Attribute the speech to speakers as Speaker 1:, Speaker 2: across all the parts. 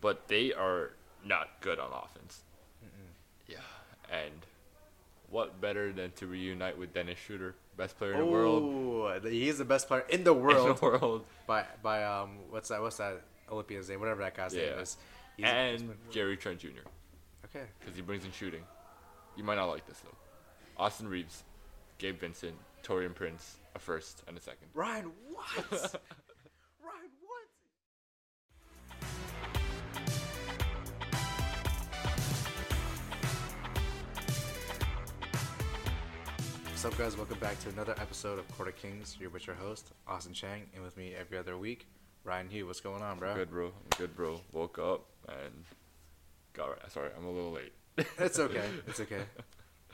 Speaker 1: but they are not good on offense. Yeah, and what better than to reunite with Dennis Schroeder, best player in the world,
Speaker 2: Oh, he's the best player in the
Speaker 1: in the
Speaker 2: world.
Speaker 1: world,
Speaker 2: by by um, what's that? What's that Olympian's name? Whatever that guy's name
Speaker 1: Yeah.
Speaker 2: is. He's the
Speaker 1: and
Speaker 2: best player in the world.
Speaker 1: Jerry Trent Jr.
Speaker 2: okay,
Speaker 1: because he brings in shooting. You might not like this though. Austin Reeves, Gabe Vincent, Torian Prince, a first and a second.
Speaker 2: Ryan, what? Ryan, what? What's up, guys? Welcome back to another episode of Court of Kings. You're with your host, Austin Chang, and with me every other week, Ryan Hugh. What's going on, bro?
Speaker 1: Good bro, I'm good bro. Woke up and got right. Sorry, I'm a little late.
Speaker 2: It's okay. It's okay.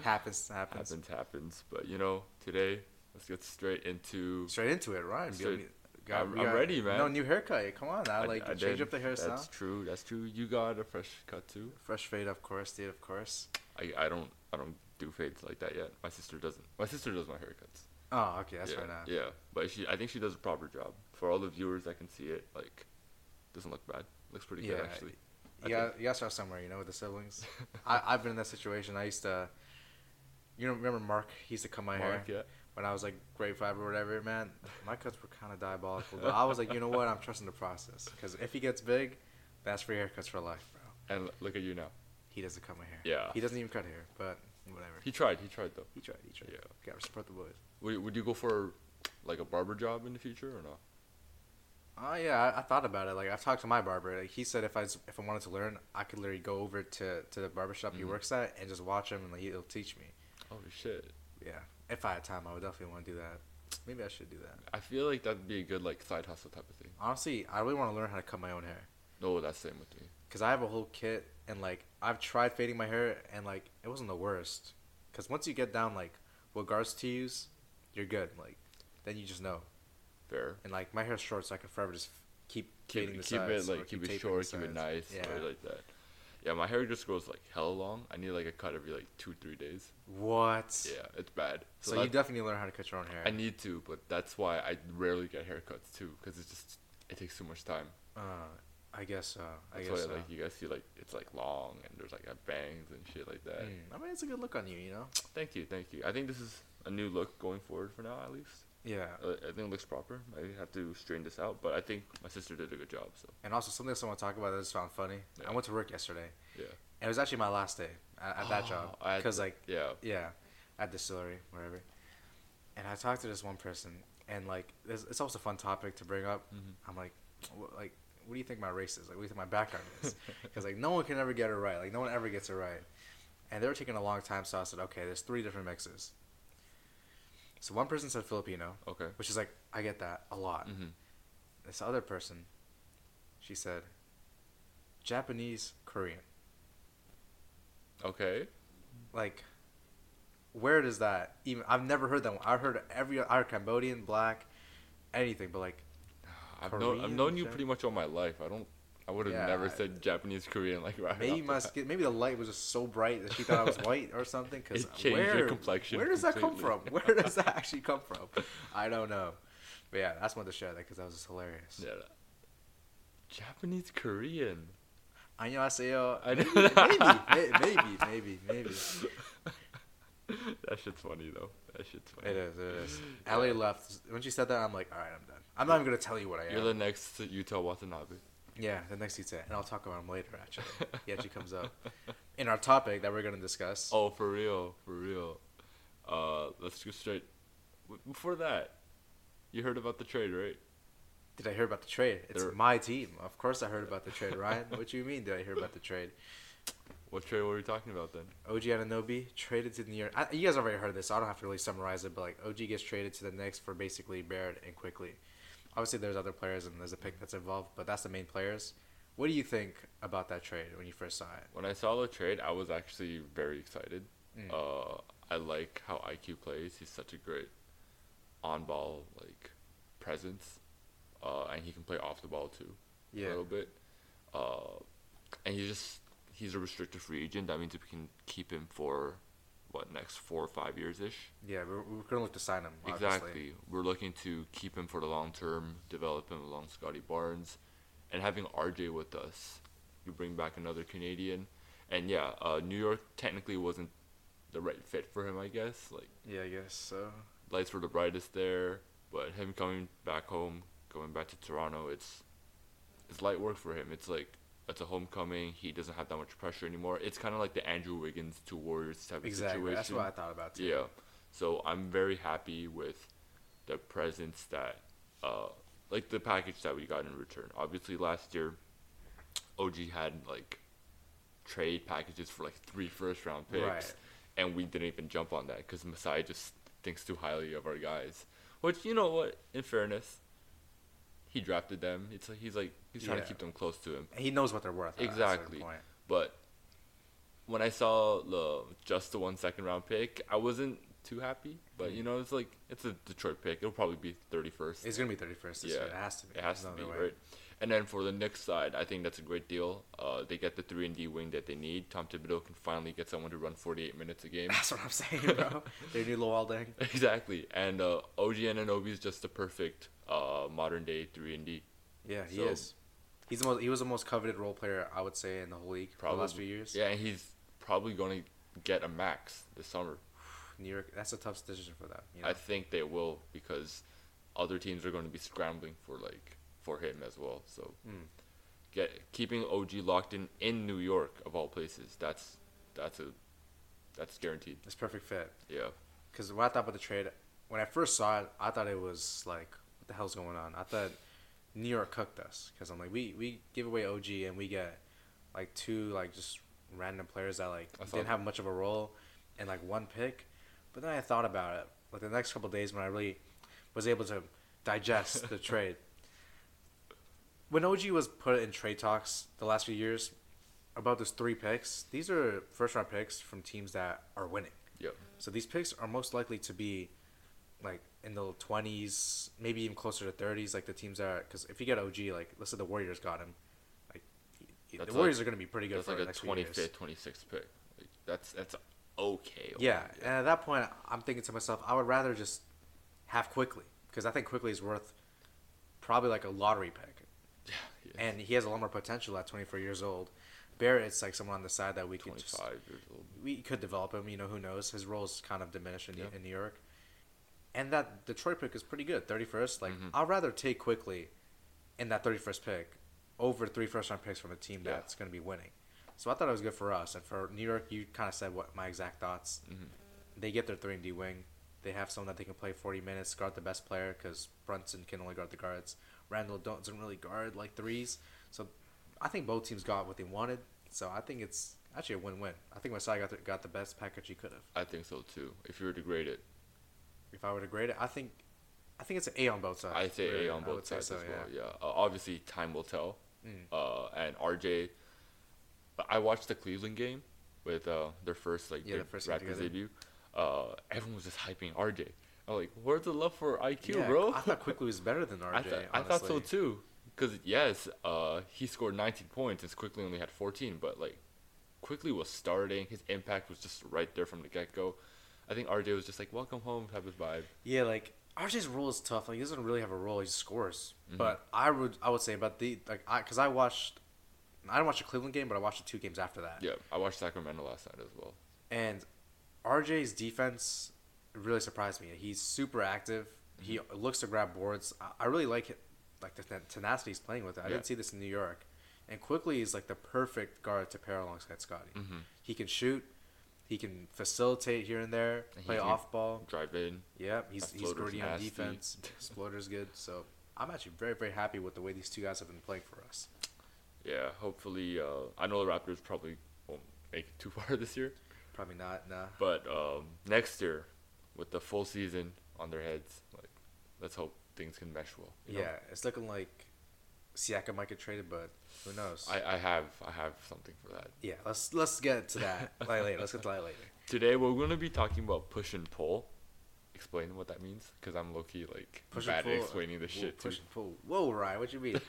Speaker 2: Happens, happens.
Speaker 1: happens, happens. But you know, today let's get straight into.
Speaker 2: Straight into it, Ryan.
Speaker 1: Straight-
Speaker 2: You got-
Speaker 1: I'm-
Speaker 2: we
Speaker 1: I'm
Speaker 2: got-
Speaker 1: ready, man.
Speaker 2: No new haircut. Come on, now.
Speaker 1: I-
Speaker 2: like
Speaker 1: I
Speaker 2: change
Speaker 1: did.
Speaker 2: up the hairstyle.
Speaker 1: That's true. That's true. You got a fresh cut too.
Speaker 2: Fresh fade, of course. Dude, of course.
Speaker 1: I, I don't I don't do fades like that yet. My sister doesn't. My sister does my haircuts.
Speaker 2: Oh, okay. That's
Speaker 1: yeah,
Speaker 2: right now.
Speaker 1: Yeah, but she, I think she does a proper job. For all the viewers that can see it, like, doesn't look bad. Looks pretty
Speaker 2: Yeah,
Speaker 1: good actually. I
Speaker 2: You got, you got to start somewhere, you know, with the siblings. I, I've been in that situation. I used to, you know, remember Mark? He used to cut my hair
Speaker 1: Mark, yeah.
Speaker 2: when I was like grade five or whatever. Man, my cuts were kind of diabolical, but I was like, you know what? I'm trusting the process because if he gets big, that's for haircuts for life, bro.
Speaker 1: And l- look at you now.
Speaker 2: He doesn't cut my hair.
Speaker 1: Yeah.
Speaker 2: He doesn't even cut hair, but whatever.
Speaker 1: He tried. He tried though.
Speaker 2: He tried. He tried.
Speaker 1: Yeah.
Speaker 2: Got to support the boys.
Speaker 1: Would, would you go for like a barber job in the future or no?
Speaker 2: Oh yeah, I, I thought about it. Like I've talked to my barber. Like he said, if I s- if I wanted to learn, I could literally go over to to the barbershop he
Speaker 1: Mhm.
Speaker 2: works at and just watch him, and like, he'll teach me.
Speaker 1: Oh shit!
Speaker 2: Yeah, if I had time, I would definitely want to do that. Maybe I should do that.
Speaker 1: I feel like that'd be a good like side hustle type of thing.
Speaker 2: Honestly, I really want to learn how to cut my own hair
Speaker 1: No, that's same with me.
Speaker 2: because I have a whole kit and like I've tried fading my hair and like it wasn't the worst. Because once you get down like what guards to use, you're good. Like then you just know.
Speaker 1: Fair.
Speaker 2: And like my hair's short, so I can forever just keep
Speaker 1: Keep,
Speaker 2: fading the
Speaker 1: keep it
Speaker 2: sides or
Speaker 1: like keep
Speaker 2: taping
Speaker 1: it
Speaker 2: the
Speaker 1: short, keep it
Speaker 2: sides.
Speaker 1: nice,
Speaker 2: Yeah.
Speaker 1: or like that. Yeah, my hair just grows like hella long. I need like a cut every like two three days.
Speaker 2: What?
Speaker 1: Yeah, it's bad.
Speaker 2: So,
Speaker 1: that's-
Speaker 2: you definitely learn how to cut your own hair.
Speaker 1: I need to, but that's why I rarely get haircuts too, because it's just it takes too much time.
Speaker 2: uh, I guess so. I
Speaker 1: That's
Speaker 2: guess
Speaker 1: why
Speaker 2: uh, so.
Speaker 1: like you guys see like it's like long and there's like uh, bangs and shit like that.
Speaker 2: Mm. I mean, it's a good look on you, you know.
Speaker 1: Thank you, thank you. I think this is a new look going forward for now at least.
Speaker 2: Yeah.
Speaker 1: Uh, I think it looks proper. I have to straighten this out, but I think my sister did a good job. So
Speaker 2: And also something else I want to talk about that I just found funny.
Speaker 1: Yeah.
Speaker 2: I went to work yesterday.
Speaker 1: yeah,
Speaker 2: And it was actually my last day at, at that
Speaker 1: Oh,
Speaker 2: job
Speaker 1: I had
Speaker 2: because
Speaker 1: to-
Speaker 2: like
Speaker 1: yeah.
Speaker 2: yeah, at distillery wherever. And I talked to this one person, and like this, it's always a fun topic to bring up. I'm like, "Wh- like, what do you think my race is? Like, what do you think my background is? Because like no one can ever get it right. Like no one ever gets it right. And they were taking a long time, so I said, okay, there's three different mixes. So one person said Filipino,
Speaker 1: Okay.
Speaker 2: which is like I get that a lot.
Speaker 1: Mhm.
Speaker 2: This other person, she said, Japanese Korean.
Speaker 1: Okay.
Speaker 2: like where does that even i've never heard that one i've heard every other cambodian black anything but like
Speaker 1: I've known I've
Speaker 2: Korean,
Speaker 1: known you
Speaker 2: Jap-
Speaker 1: pretty much all my life. I don't. I would have
Speaker 2: Yeah,
Speaker 1: never
Speaker 2: I-
Speaker 1: said Japanese Korean like right.
Speaker 2: maybe
Speaker 1: off
Speaker 2: my
Speaker 1: the bat.
Speaker 2: skin maybe the light was just so bright that she thought i was white or something because
Speaker 1: It changed your complexion
Speaker 2: where does that come
Speaker 1: completely.
Speaker 2: from where does that actually come from i don't know but yeah that's one to share that because that was just hilarious
Speaker 1: Yeah. Japanese Korean.
Speaker 2: Annyeonghaseyo.
Speaker 1: I know
Speaker 2: maybe, maybe may- maybe maybe maybe
Speaker 1: that shit's funny though. That shit's funny.
Speaker 2: it is it is ellie left when she said that i'm like all right i'm done i'm not even gonna tell you what i am
Speaker 1: You're the next Utah Watanabe.
Speaker 2: Yeah, the next pizza, and I'll talk about him later. Actually, he actually comes up in our topic that we're gonna discuss.
Speaker 1: Oh, for real, for real. Uh, let's go straight. w- Before that, you heard about the trade, right?
Speaker 2: Did I hear about the trade? It's
Speaker 1: There-
Speaker 2: my team. Of course, I heard about the trade, Ryan. What do you mean? Did I hear about the trade?
Speaker 1: What trade were we talking about then?
Speaker 2: OG Ananobi traded to the New York. I, you guys already heard this, so I don't have to really summarize it. But like, OG gets traded to the Knicks for basically Barrett and quickly. Obviously, there's other players and there's a pick that's involved, but that's the main players. What do you think about that trade when you first saw it?
Speaker 1: When I saw the trade, I was actually very excited.
Speaker 2: Mm.
Speaker 1: Uh, I like how IQ plays. He's such a great on-ball like presence, uh, and he can play off the ball too. a little bit. Uh, and he's just he's a restricted free agent. That means we can keep him for what next four or five years ish.
Speaker 2: yeah, we're, we're gonna look to sign him. Obviously.
Speaker 1: Exactly. We're looking to keep him for the long term, develop him along Scotty Barnes, and having RJ with us you bring back another Canadian, and yeah, uh, New York technically wasn't the right fit for him, I guess. Like
Speaker 2: Yeah, I guess so.
Speaker 1: lights were the brightest there, but him coming back home, going back to Toronto, it's it's light work for him. It's like it's a homecoming. He doesn't have that much pressure anymore. It's kind of like the Andrew Wiggins to Warriors type of
Speaker 2: Exactly.
Speaker 1: situation.
Speaker 2: That's what I thought about too.
Speaker 1: Yeah. So I'm very happy with the presents that, uh, like the package that we got in return. Obviously, last year, OG had like trade packages for like three first round picks,
Speaker 2: Right.
Speaker 1: and we didn't even jump on that because Masai just thinks too highly of our guys. Which you know what? In fairness, he drafted them. It's like he's like he's trying
Speaker 2: Yeah.
Speaker 1: to keep them close to him.
Speaker 2: And he knows what they're worth. at a certain
Speaker 1: Exactly.
Speaker 2: point.
Speaker 1: But when I saw the just the one second round pick, I wasn't too happy. But you know, it's like it's a Detroit pick. It'll probably be thirty first.
Speaker 2: Hmm. It's gonna be thirty first this
Speaker 1: Yeah,
Speaker 2: year. It has to be.
Speaker 1: It has to
Speaker 2: There's
Speaker 1: be
Speaker 2: no other way.
Speaker 1: right. And then for the Knicks side, I think that's a great deal. Uh, they get the three and D wing that they need. Tom Thibodeau can finally get someone to run forty eight minutes a game.
Speaker 2: That's what I'm saying, bro. Their new Lowell Deng.
Speaker 1: exactly. And uh, OG Ananobi is just the perfect uh, modern day three and D.
Speaker 2: Yeah, he
Speaker 1: So-
Speaker 2: is. He's the most, he was the most coveted role player I would say in the whole league for the last few years.
Speaker 1: Yeah, and he's probably going to get a max this summer.
Speaker 2: New York, that's a tough decision for them. You know?
Speaker 1: I think they will because other teams are going to be scrambling for like for him as well. So
Speaker 2: Mm.
Speaker 1: get keeping OG locked in in New York of all places. That's that's a that's guaranteed.
Speaker 2: it's perfect fit.
Speaker 1: Yeah.
Speaker 2: Because what I thought about the trade, when I first saw it, I thought it was like, what the hell's going on? I thought New York cooked us. Because I'm like, we, we give away OG and we get like two like just random players that like
Speaker 1: I saw
Speaker 2: didn't
Speaker 1: that.
Speaker 2: have much of a role and like one pick. But then I thought about it. Like the next couple days when I really was able to digest the trade. When OG was put in trade talks the last few years about those three picks, these are first round picks from teams that are winning.
Speaker 1: Yeah.
Speaker 2: So these picks are most likely to be like in the twenties, maybe even closer to thirties, like the teams that because if you get OG, like let's say the Warriors got him, like the
Speaker 1: That's
Speaker 2: Warriors
Speaker 1: like-
Speaker 2: are going to be pretty good
Speaker 1: That's
Speaker 2: for
Speaker 1: like
Speaker 2: the
Speaker 1: a
Speaker 2: next
Speaker 1: twenty
Speaker 2: twenty years.
Speaker 1: fifth, twenty sixth pick. Like, that's that's okay.
Speaker 2: Yeah, and at that point, I'm thinking to myself, I would rather just have quickly because I think quickly is worth probably like a lottery pick,
Speaker 1: Yes.
Speaker 2: and he has a lot more potential at 24 years old. Barrett's like someone on the side that we could
Speaker 1: twenty
Speaker 2: just
Speaker 1: five years old.
Speaker 2: we could develop him. You know, who knows? His role's kind of diminished in,
Speaker 1: Yeah.
Speaker 2: in New York. And that Detroit pick is pretty good, 31st. Like, I'd rather take quickly in that 31st pick over three first round picks from a team
Speaker 1: Yeah.
Speaker 2: that's going to be winning. So I thought it was good for us. And for New York, you kind of said what my exact thoughts. They get their 3 and D wing. They have someone that they can play 40 minutes, guard the best player because Brunson can only guard the guards. Randall don't, doesn't really guard like threes. So I think both teams got what they wanted. So I think it's actually a win-win. I think Masai got the, got the best package he could have.
Speaker 1: I think so too. If you were to grade it,
Speaker 2: If I were to grade it, I think I think it's an A on both sides.
Speaker 1: I say
Speaker 2: really.
Speaker 1: A on
Speaker 2: I
Speaker 1: both
Speaker 2: would say
Speaker 1: sides
Speaker 2: so,
Speaker 1: as well. Yeah. Uh, obviously, time will tell.
Speaker 2: Mm.
Speaker 1: Uh, and RJ, I watched the Cleveland game with uh, their first like
Speaker 2: Yeah,
Speaker 1: big
Speaker 2: the first game
Speaker 1: Raptors
Speaker 2: together.
Speaker 1: debut. Uh, everyone was just hyping RJ. I'm like, where's the love for IQ,
Speaker 2: Yeah,
Speaker 1: bro?
Speaker 2: I thought quickly was better than RJ.
Speaker 1: I, thought, I thought so
Speaker 2: honestly.
Speaker 1: too. Because yes, uh, he scored 19 points and quickly only had 14, but like, quickly was starting. His impact was just right there from the get go. I think RJ was just like, welcome home type of vibe.
Speaker 2: Yeah, like RJ's role is tough. Like he doesn't really have a role. He just scores.
Speaker 1: Mm-hmm.
Speaker 2: But I would I would say about the like I because I watched I didn't watch the Cleveland game, but I watched the two games after that.
Speaker 1: Yeah, I watched Sacramento last night as well.
Speaker 2: And RJ's defense really surprised me. He's super active. He
Speaker 1: Mm-hmm.
Speaker 2: looks to grab boards. I, I really like it, like the ten- tenacity he's playing with. it. I
Speaker 1: Yeah.
Speaker 2: didn't see this in New York. And quickly is like the perfect guard to pair alongside Scotty.
Speaker 1: Mm-hmm.
Speaker 2: He can shoot. He can facilitate here and there.
Speaker 1: And he
Speaker 2: Play
Speaker 1: can-
Speaker 2: off ball.
Speaker 1: Drive in,
Speaker 2: Yeah, he's
Speaker 1: That
Speaker 2: he's
Speaker 1: floater's
Speaker 2: gritty on
Speaker 1: nasty.
Speaker 2: defense. His floater's good. So I'm actually very very happy with the way these two guys have been playing for us.
Speaker 1: Yeah, hopefully. Uh, I know the Raptors probably won't make it too far this year,
Speaker 2: Probably not. Nah.
Speaker 1: but um, next year, with the full season on their heads, like let's hope things can mesh well. you know?
Speaker 2: yeah, it's looking like Siakam might get traded, but who knows?
Speaker 1: I, I have I have something for that.
Speaker 2: yeah, let's let's get to that like, later. Let's get to that later.
Speaker 1: Today we're gonna be talking about push and pull. Explain what that means, because I'm low key like
Speaker 2: Push and
Speaker 1: bad
Speaker 2: pull.
Speaker 1: at explaining this
Speaker 2: Whoa,
Speaker 1: shit too.
Speaker 2: Push and pull. Whoa, Ryan, what you mean?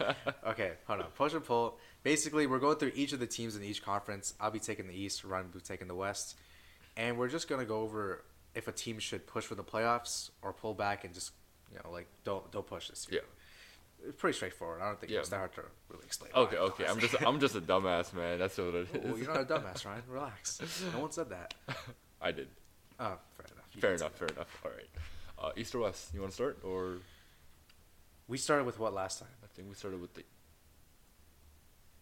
Speaker 2: okay, hold on. Push and pull. Basically, we're going through each of the teams in each conference. I'll be taking the East. Ryan will be taking the West, and we're just gonna go over if a team should push for the playoffs or pull back and just you know like don't don't push this year. it's pretty straightforward. I don't think
Speaker 1: Yeah.
Speaker 2: it's that hard to really explain. why.
Speaker 1: Okay, okay. I'm just I'm just a dumbass, man. That's what it
Speaker 2: Ooh,
Speaker 1: is.
Speaker 2: you're not a dumbass, Ryan. Relax. No one said that.
Speaker 1: I did.
Speaker 2: Oh, fair enough. You
Speaker 1: Fair
Speaker 2: did say
Speaker 1: enough.
Speaker 2: that.
Speaker 1: Fair enough. All right. Uh, East or West? You want to start, or
Speaker 2: We started with what last time?
Speaker 1: I think we started with the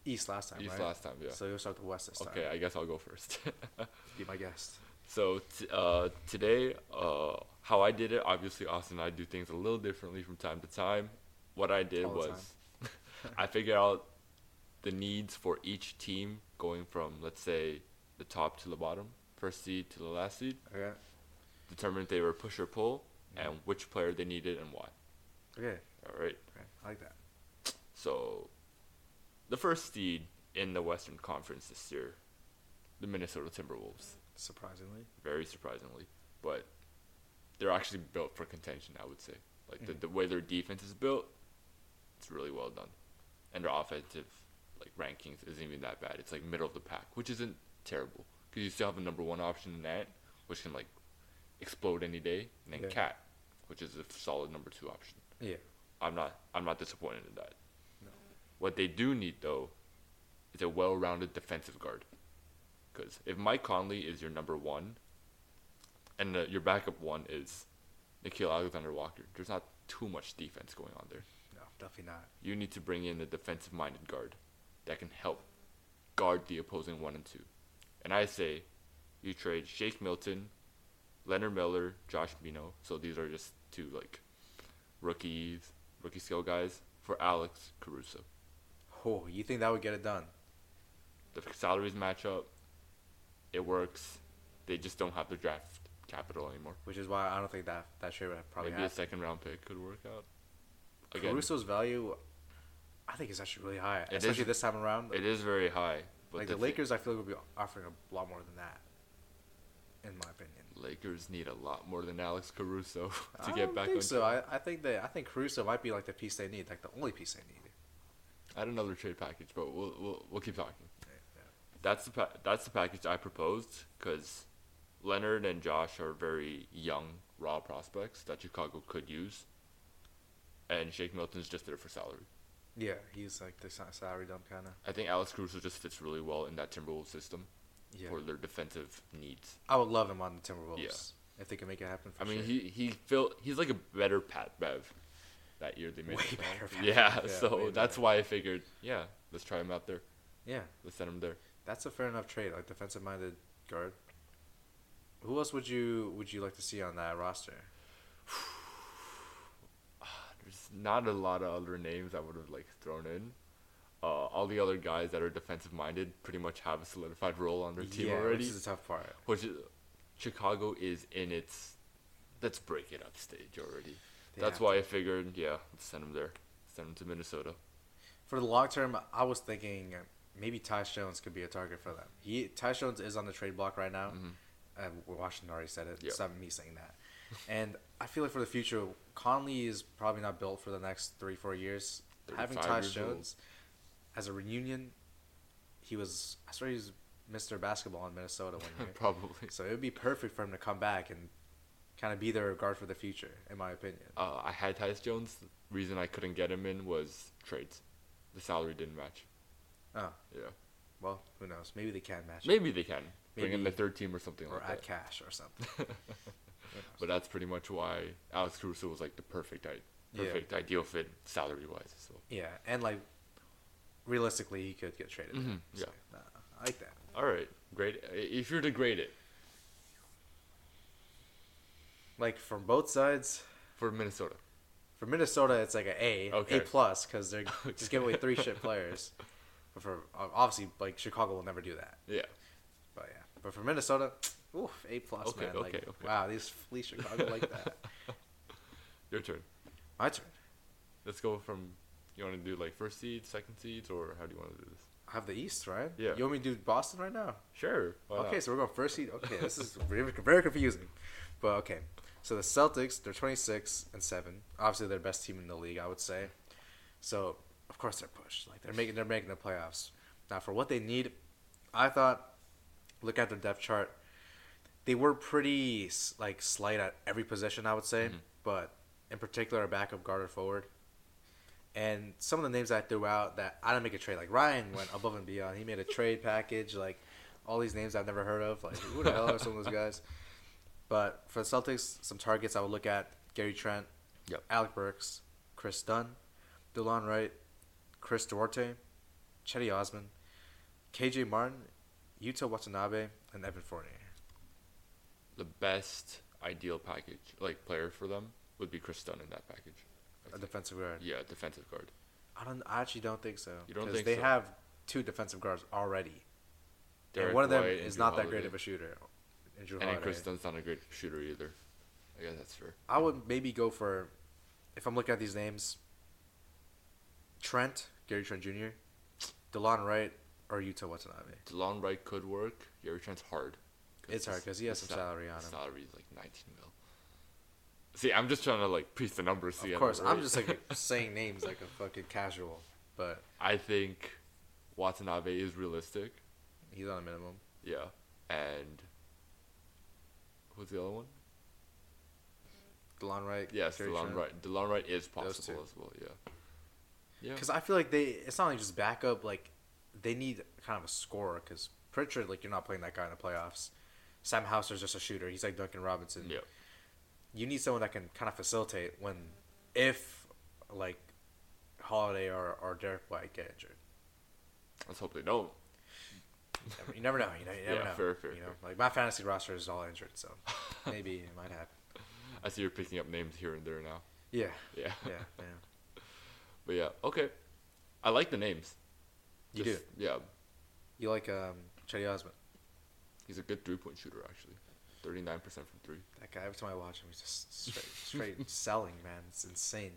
Speaker 2: East last time,
Speaker 1: East
Speaker 2: right?
Speaker 1: last time. Yeah.
Speaker 2: So you'll start with West this time.
Speaker 1: okay. I guess I'll go first.
Speaker 2: Be my guest.
Speaker 1: So t- uh, today, uh, how I did it, obviously Austin and I do things a little differently from time to time. What I did
Speaker 2: All the
Speaker 1: was I figured out the needs for each team going from, let's say, the top to the bottom, first seed to the last seed,
Speaker 2: Okay.
Speaker 1: determine if they were push or pull,
Speaker 2: Mhm.
Speaker 1: and which player they needed and why.
Speaker 2: Okay.
Speaker 1: All right.
Speaker 2: okay. I like that.
Speaker 1: So the first seed in the Western Conference this year, the Minnesota Timberwolves.
Speaker 2: Surprisingly.
Speaker 1: very surprisingly. But they're actually built for contention, I would say. Like the, the way their defense is built, it's really well done, and their offensive like rankings isn't even that bad. It's like middle of the pack, which isn't terrible because you still have a number one option in that, which can like explode any day, and then
Speaker 2: Yeah.
Speaker 1: Cat, which is a solid number two option.
Speaker 2: Yeah.
Speaker 1: I'm not I'm not disappointed in that.
Speaker 2: No.
Speaker 1: What they do need though is a well-rounded defensive guard. Because if Mike Conley is your number one, and uh, your backup one is Nikhil Alexander Walker, there's not too much defense going on there.
Speaker 2: No, definitely not.
Speaker 1: You need to bring in a defensive-minded guard that can help guard the opposing one and two. And I say, you trade Shake Milton, Leonard Miller, Josh Mino. So these are just two like rookies, rookie skill guys for Alex Caruso.
Speaker 2: Oh, you think that would get it done?
Speaker 1: The salaries match up. It works. They just don't have the draft capital anymore.
Speaker 2: Which is why I don't think that that trade would have probably
Speaker 1: Maybe a
Speaker 2: happened.
Speaker 1: second round pick could work out. Again,
Speaker 2: Caruso's value, I think, is actually really high,
Speaker 1: is-
Speaker 2: especially this time around.
Speaker 1: it is very high. But
Speaker 2: like the,
Speaker 1: thi-
Speaker 2: Lakers, I feel like would be offering a lot more than that, in my opinion.
Speaker 1: Lakers need a lot more than Alex Caruso to
Speaker 2: I
Speaker 1: get
Speaker 2: don't
Speaker 1: back
Speaker 2: think
Speaker 1: on
Speaker 2: so.
Speaker 1: track.
Speaker 2: I, I think that I think Caruso might be like the piece they need, like the only piece they need.
Speaker 1: I had another trade package, but we'll we'll, we'll keep talking.
Speaker 2: yeah.
Speaker 1: That's the pa- that's the package I proposed because Leonard and Josh are very young, raw prospects that Chicago could use, and Shake Milton's just there for salary.
Speaker 2: Yeah, he's like the sa- salary dump kind of.
Speaker 1: I think Alex Caruso just fits really well in that Timberwolves system
Speaker 2: Yeah,
Speaker 1: for their defensive needs.
Speaker 2: I would love him on the Timberwolves if they can make it happen. For
Speaker 1: I mean,
Speaker 2: sure.
Speaker 1: he he feel he's like a better Pat Bev that year they made.
Speaker 2: Way
Speaker 1: the playoffs.
Speaker 2: better Pat
Speaker 1: yeah,
Speaker 2: Bev. Yeah,
Speaker 1: so
Speaker 2: way
Speaker 1: that's
Speaker 2: better.
Speaker 1: why I figured, yeah, let's try him out there.
Speaker 2: yeah,
Speaker 1: Let's send him there.
Speaker 2: that's a fair enough trade, like defensive minded guard. Who else would you would you like to see on that roster?
Speaker 1: There's not a lot of other names I would have like thrown in. Uh, all the other guys that are defensive minded pretty much have a solidified role on their team
Speaker 2: yeah,
Speaker 1: already.
Speaker 2: which is the tough part.
Speaker 1: which is, Chicago is in its let's break it up stage already.
Speaker 2: They
Speaker 1: That's
Speaker 2: have
Speaker 1: why I figured, yeah, let's send him there. Send him to Minnesota.
Speaker 2: For the long term, I was thinking maybe Ty Jones could be a target for them. He Ty Jones is on the trade block right now.
Speaker 1: Mhm.
Speaker 2: Uh, Washington already said it.
Speaker 1: Yeah.
Speaker 2: It's not me saying that. and I feel like for the future, Conley is probably not built for the next three four years. Having
Speaker 1: 35
Speaker 2: Ty
Speaker 1: years old.
Speaker 2: Jones as a reunion, he was I swear he was Mr. Basketball in Minnesota one year.
Speaker 1: Probably.
Speaker 2: so it would be perfect for him to come back and kind of be their guard for the future, in my opinion.
Speaker 1: Uh, I had Tyus Jones. Reason I couldn't get him in was trades. The salary didn't match.
Speaker 2: Oh
Speaker 1: Yeah.
Speaker 2: well, who knows? Maybe they can match. it.
Speaker 1: Maybe they can bring in the
Speaker 2: Maybe-
Speaker 1: third team or something
Speaker 2: Or
Speaker 1: like
Speaker 2: add
Speaker 1: that.
Speaker 2: cash or something. Who knows?
Speaker 1: But that's pretty much why Alex Caruso was like the perfect, i-
Speaker 2: Yeah.
Speaker 1: perfect ideal fit salary wise. So
Speaker 2: Yeah, and like realistically, he could get traded.
Speaker 1: Mhm,
Speaker 2: So, uh, I like that.
Speaker 1: all right, great. If you're to grade it
Speaker 2: Like from both sides,
Speaker 1: for Minnesota,
Speaker 2: for Minnesota, it's like an A,
Speaker 1: Okay.
Speaker 2: A plus, because they're just giving away three shit players. But for ob- obviously, like Chicago will never do that.
Speaker 1: yeah,
Speaker 2: But yeah, but for Minnesota, oof, A plus,
Speaker 1: Okay,
Speaker 2: man. Like,
Speaker 1: okay, okay.
Speaker 2: Wow, these fleece Chicago like that.
Speaker 1: your turn.
Speaker 2: My turn.
Speaker 1: Let's go from. You want to do like first seed, second seeds, or how do you want to do this?
Speaker 2: I have the East, right?
Speaker 1: Yeah.
Speaker 2: You want me to do Boston right now?
Speaker 1: Sure. why not?
Speaker 2: okay, so we're going first seed. Okay, this is very, very confusing, but okay. So the Celtics, they're twenty six and seven. Obviously, they're the best team in the league, I would say. So of course they're pushed. Like they're making, they're making the playoffs. Now for what they need, I thought, look at their depth chart. They were pretty s- like slight at every position, I would say, but in particular, a backup guard or forward. And some of the names I threw out that I didn't make a trade, like Ryan went above and beyond. He made a trade package, like all these names I've never heard of. Like who the hell are some of those guys? But for the Celtics, some targets I would look at: Gary Trent,
Speaker 1: Yep.
Speaker 2: Alec Burks, Chris Dunn, DeLon Wright, Chris Duarte, Chetty Osman, KJ Martin, Utah Watanabe, and Evan Fournier.
Speaker 1: The best ideal package, like player for them, would be Chris Dunn in that package. I
Speaker 2: A
Speaker 1: think.
Speaker 2: defensive guard.
Speaker 1: yeah, defensive guard.
Speaker 2: I don't. I actually don't think so.
Speaker 1: You don't
Speaker 2: 'cause
Speaker 1: think
Speaker 2: they
Speaker 1: so?
Speaker 2: have two defensive guards already,
Speaker 1: Derrick
Speaker 2: and one of them
Speaker 1: White and
Speaker 2: is
Speaker 1: Jrue
Speaker 2: not that
Speaker 1: Holiday.
Speaker 2: great of a shooter. And Jrue
Speaker 1: And then
Speaker 2: Holiday.
Speaker 1: Chris Dunn's not a great shooter either. I guess that's fair.
Speaker 2: I would maybe go for, if I'm looking at these names, Trent, Gary Trent Jr., DeLon Wright, or Utah Watanabe.
Speaker 1: DeLon Wright could work. Gary Trent's hard.
Speaker 2: It's hard 'cause he has
Speaker 1: his
Speaker 2: some
Speaker 1: sal-
Speaker 2: salary on
Speaker 1: his
Speaker 2: him.
Speaker 1: Salary is like 19 mil. See, I'm just trying to like piece the numbers together.
Speaker 2: of course, I'm
Speaker 1: right?
Speaker 2: just like saying names like a fucking casual, but
Speaker 1: I think Watanabe is realistic.
Speaker 2: he's on a minimum.
Speaker 1: Yeah. And who's the other one?
Speaker 2: DeLon Wright.
Speaker 1: Yes,
Speaker 2: Gary
Speaker 1: DeLon
Speaker 2: Trent.
Speaker 1: Wright. DeLon Wright is
Speaker 2: Those
Speaker 1: possible
Speaker 2: two.
Speaker 1: as well. Yeah. Yeah.
Speaker 2: Because I feel like they, it's not only just backup. Like they need kind of a scorer. Because Pritchard, like you're not playing that guy in the playoffs. Sam Hauser's just a shooter. He's like Duncan Robinson.
Speaker 1: Yeah.
Speaker 2: You need someone that can kind of facilitate when, if, like, Holiday or or Derek White get injured.
Speaker 1: Let's hope they don't.
Speaker 2: Never- You never know. You know. You never
Speaker 1: Yeah,
Speaker 2: know.
Speaker 1: fair, fair,
Speaker 2: you know,
Speaker 1: fair.
Speaker 2: like my fantasy roster is all injured, so maybe it might happen.
Speaker 1: I see you're picking up names here and there now.
Speaker 2: Yeah.
Speaker 1: Yeah.
Speaker 2: Yeah. Yeah.
Speaker 1: But yeah. Okay. I like the names.
Speaker 2: You do.
Speaker 1: Just- Yeah.
Speaker 2: You like um Chetty Osman.
Speaker 1: He's a good three point shooter actually. Thirty nine percent from three.
Speaker 2: That guy, every time I watch him, he's just straight, straight selling, man. It's insane.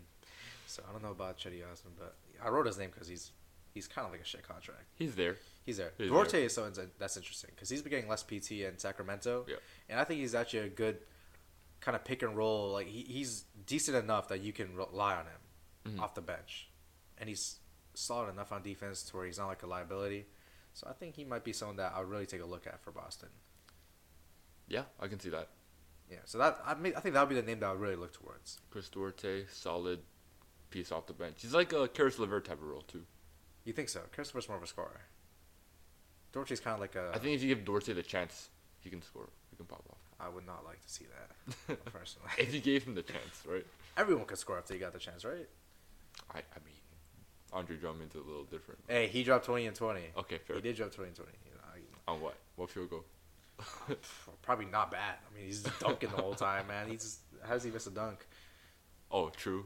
Speaker 2: So I don't know about Chetty Osman, but I wrote his name because he's he's kind of like a shit contract.
Speaker 1: He's there.
Speaker 2: He's there.
Speaker 1: He's
Speaker 2: Duarte
Speaker 1: there.
Speaker 2: is someone that- that's interesting because he's been getting less PT in Sacramento,
Speaker 1: Yeah.
Speaker 2: and I think he's actually a good kind of pick and roll. Like he, he's decent enough that you can rely on him
Speaker 1: Mhm.
Speaker 2: off the bench, and he's solid enough on defense to where he's not like a liability. So I think he might be someone that I would really take a look at for Boston.
Speaker 1: Yeah, I can see that.
Speaker 2: Yeah, so that I mean, I think that would be the name that I would really look towards.
Speaker 1: Chris Duarte, solid piece off the bench. He's like a Karis LeVert type of role too.
Speaker 2: You think so? Christopher's more of a scorer. Doherty's kind of like a.
Speaker 1: I think if you give Duarte the chance, he can score. He can pop off.
Speaker 2: I would not like to see that
Speaker 1: If
Speaker 2: personally.
Speaker 1: you gave him the chance, right?
Speaker 2: Everyone could score after you got the chance, right?
Speaker 1: I, I mean, Andre Drummond's a little different.
Speaker 2: Hey, he dropped twenty and twenty.
Speaker 1: Okay, fair.
Speaker 2: He did drop twenty and twenty. You know,
Speaker 1: On what? What field goal?
Speaker 2: I- pff, probably not bad. I mean, he's just dunking the whole time, man. He's how does he miss a dunk?
Speaker 1: Oh, true.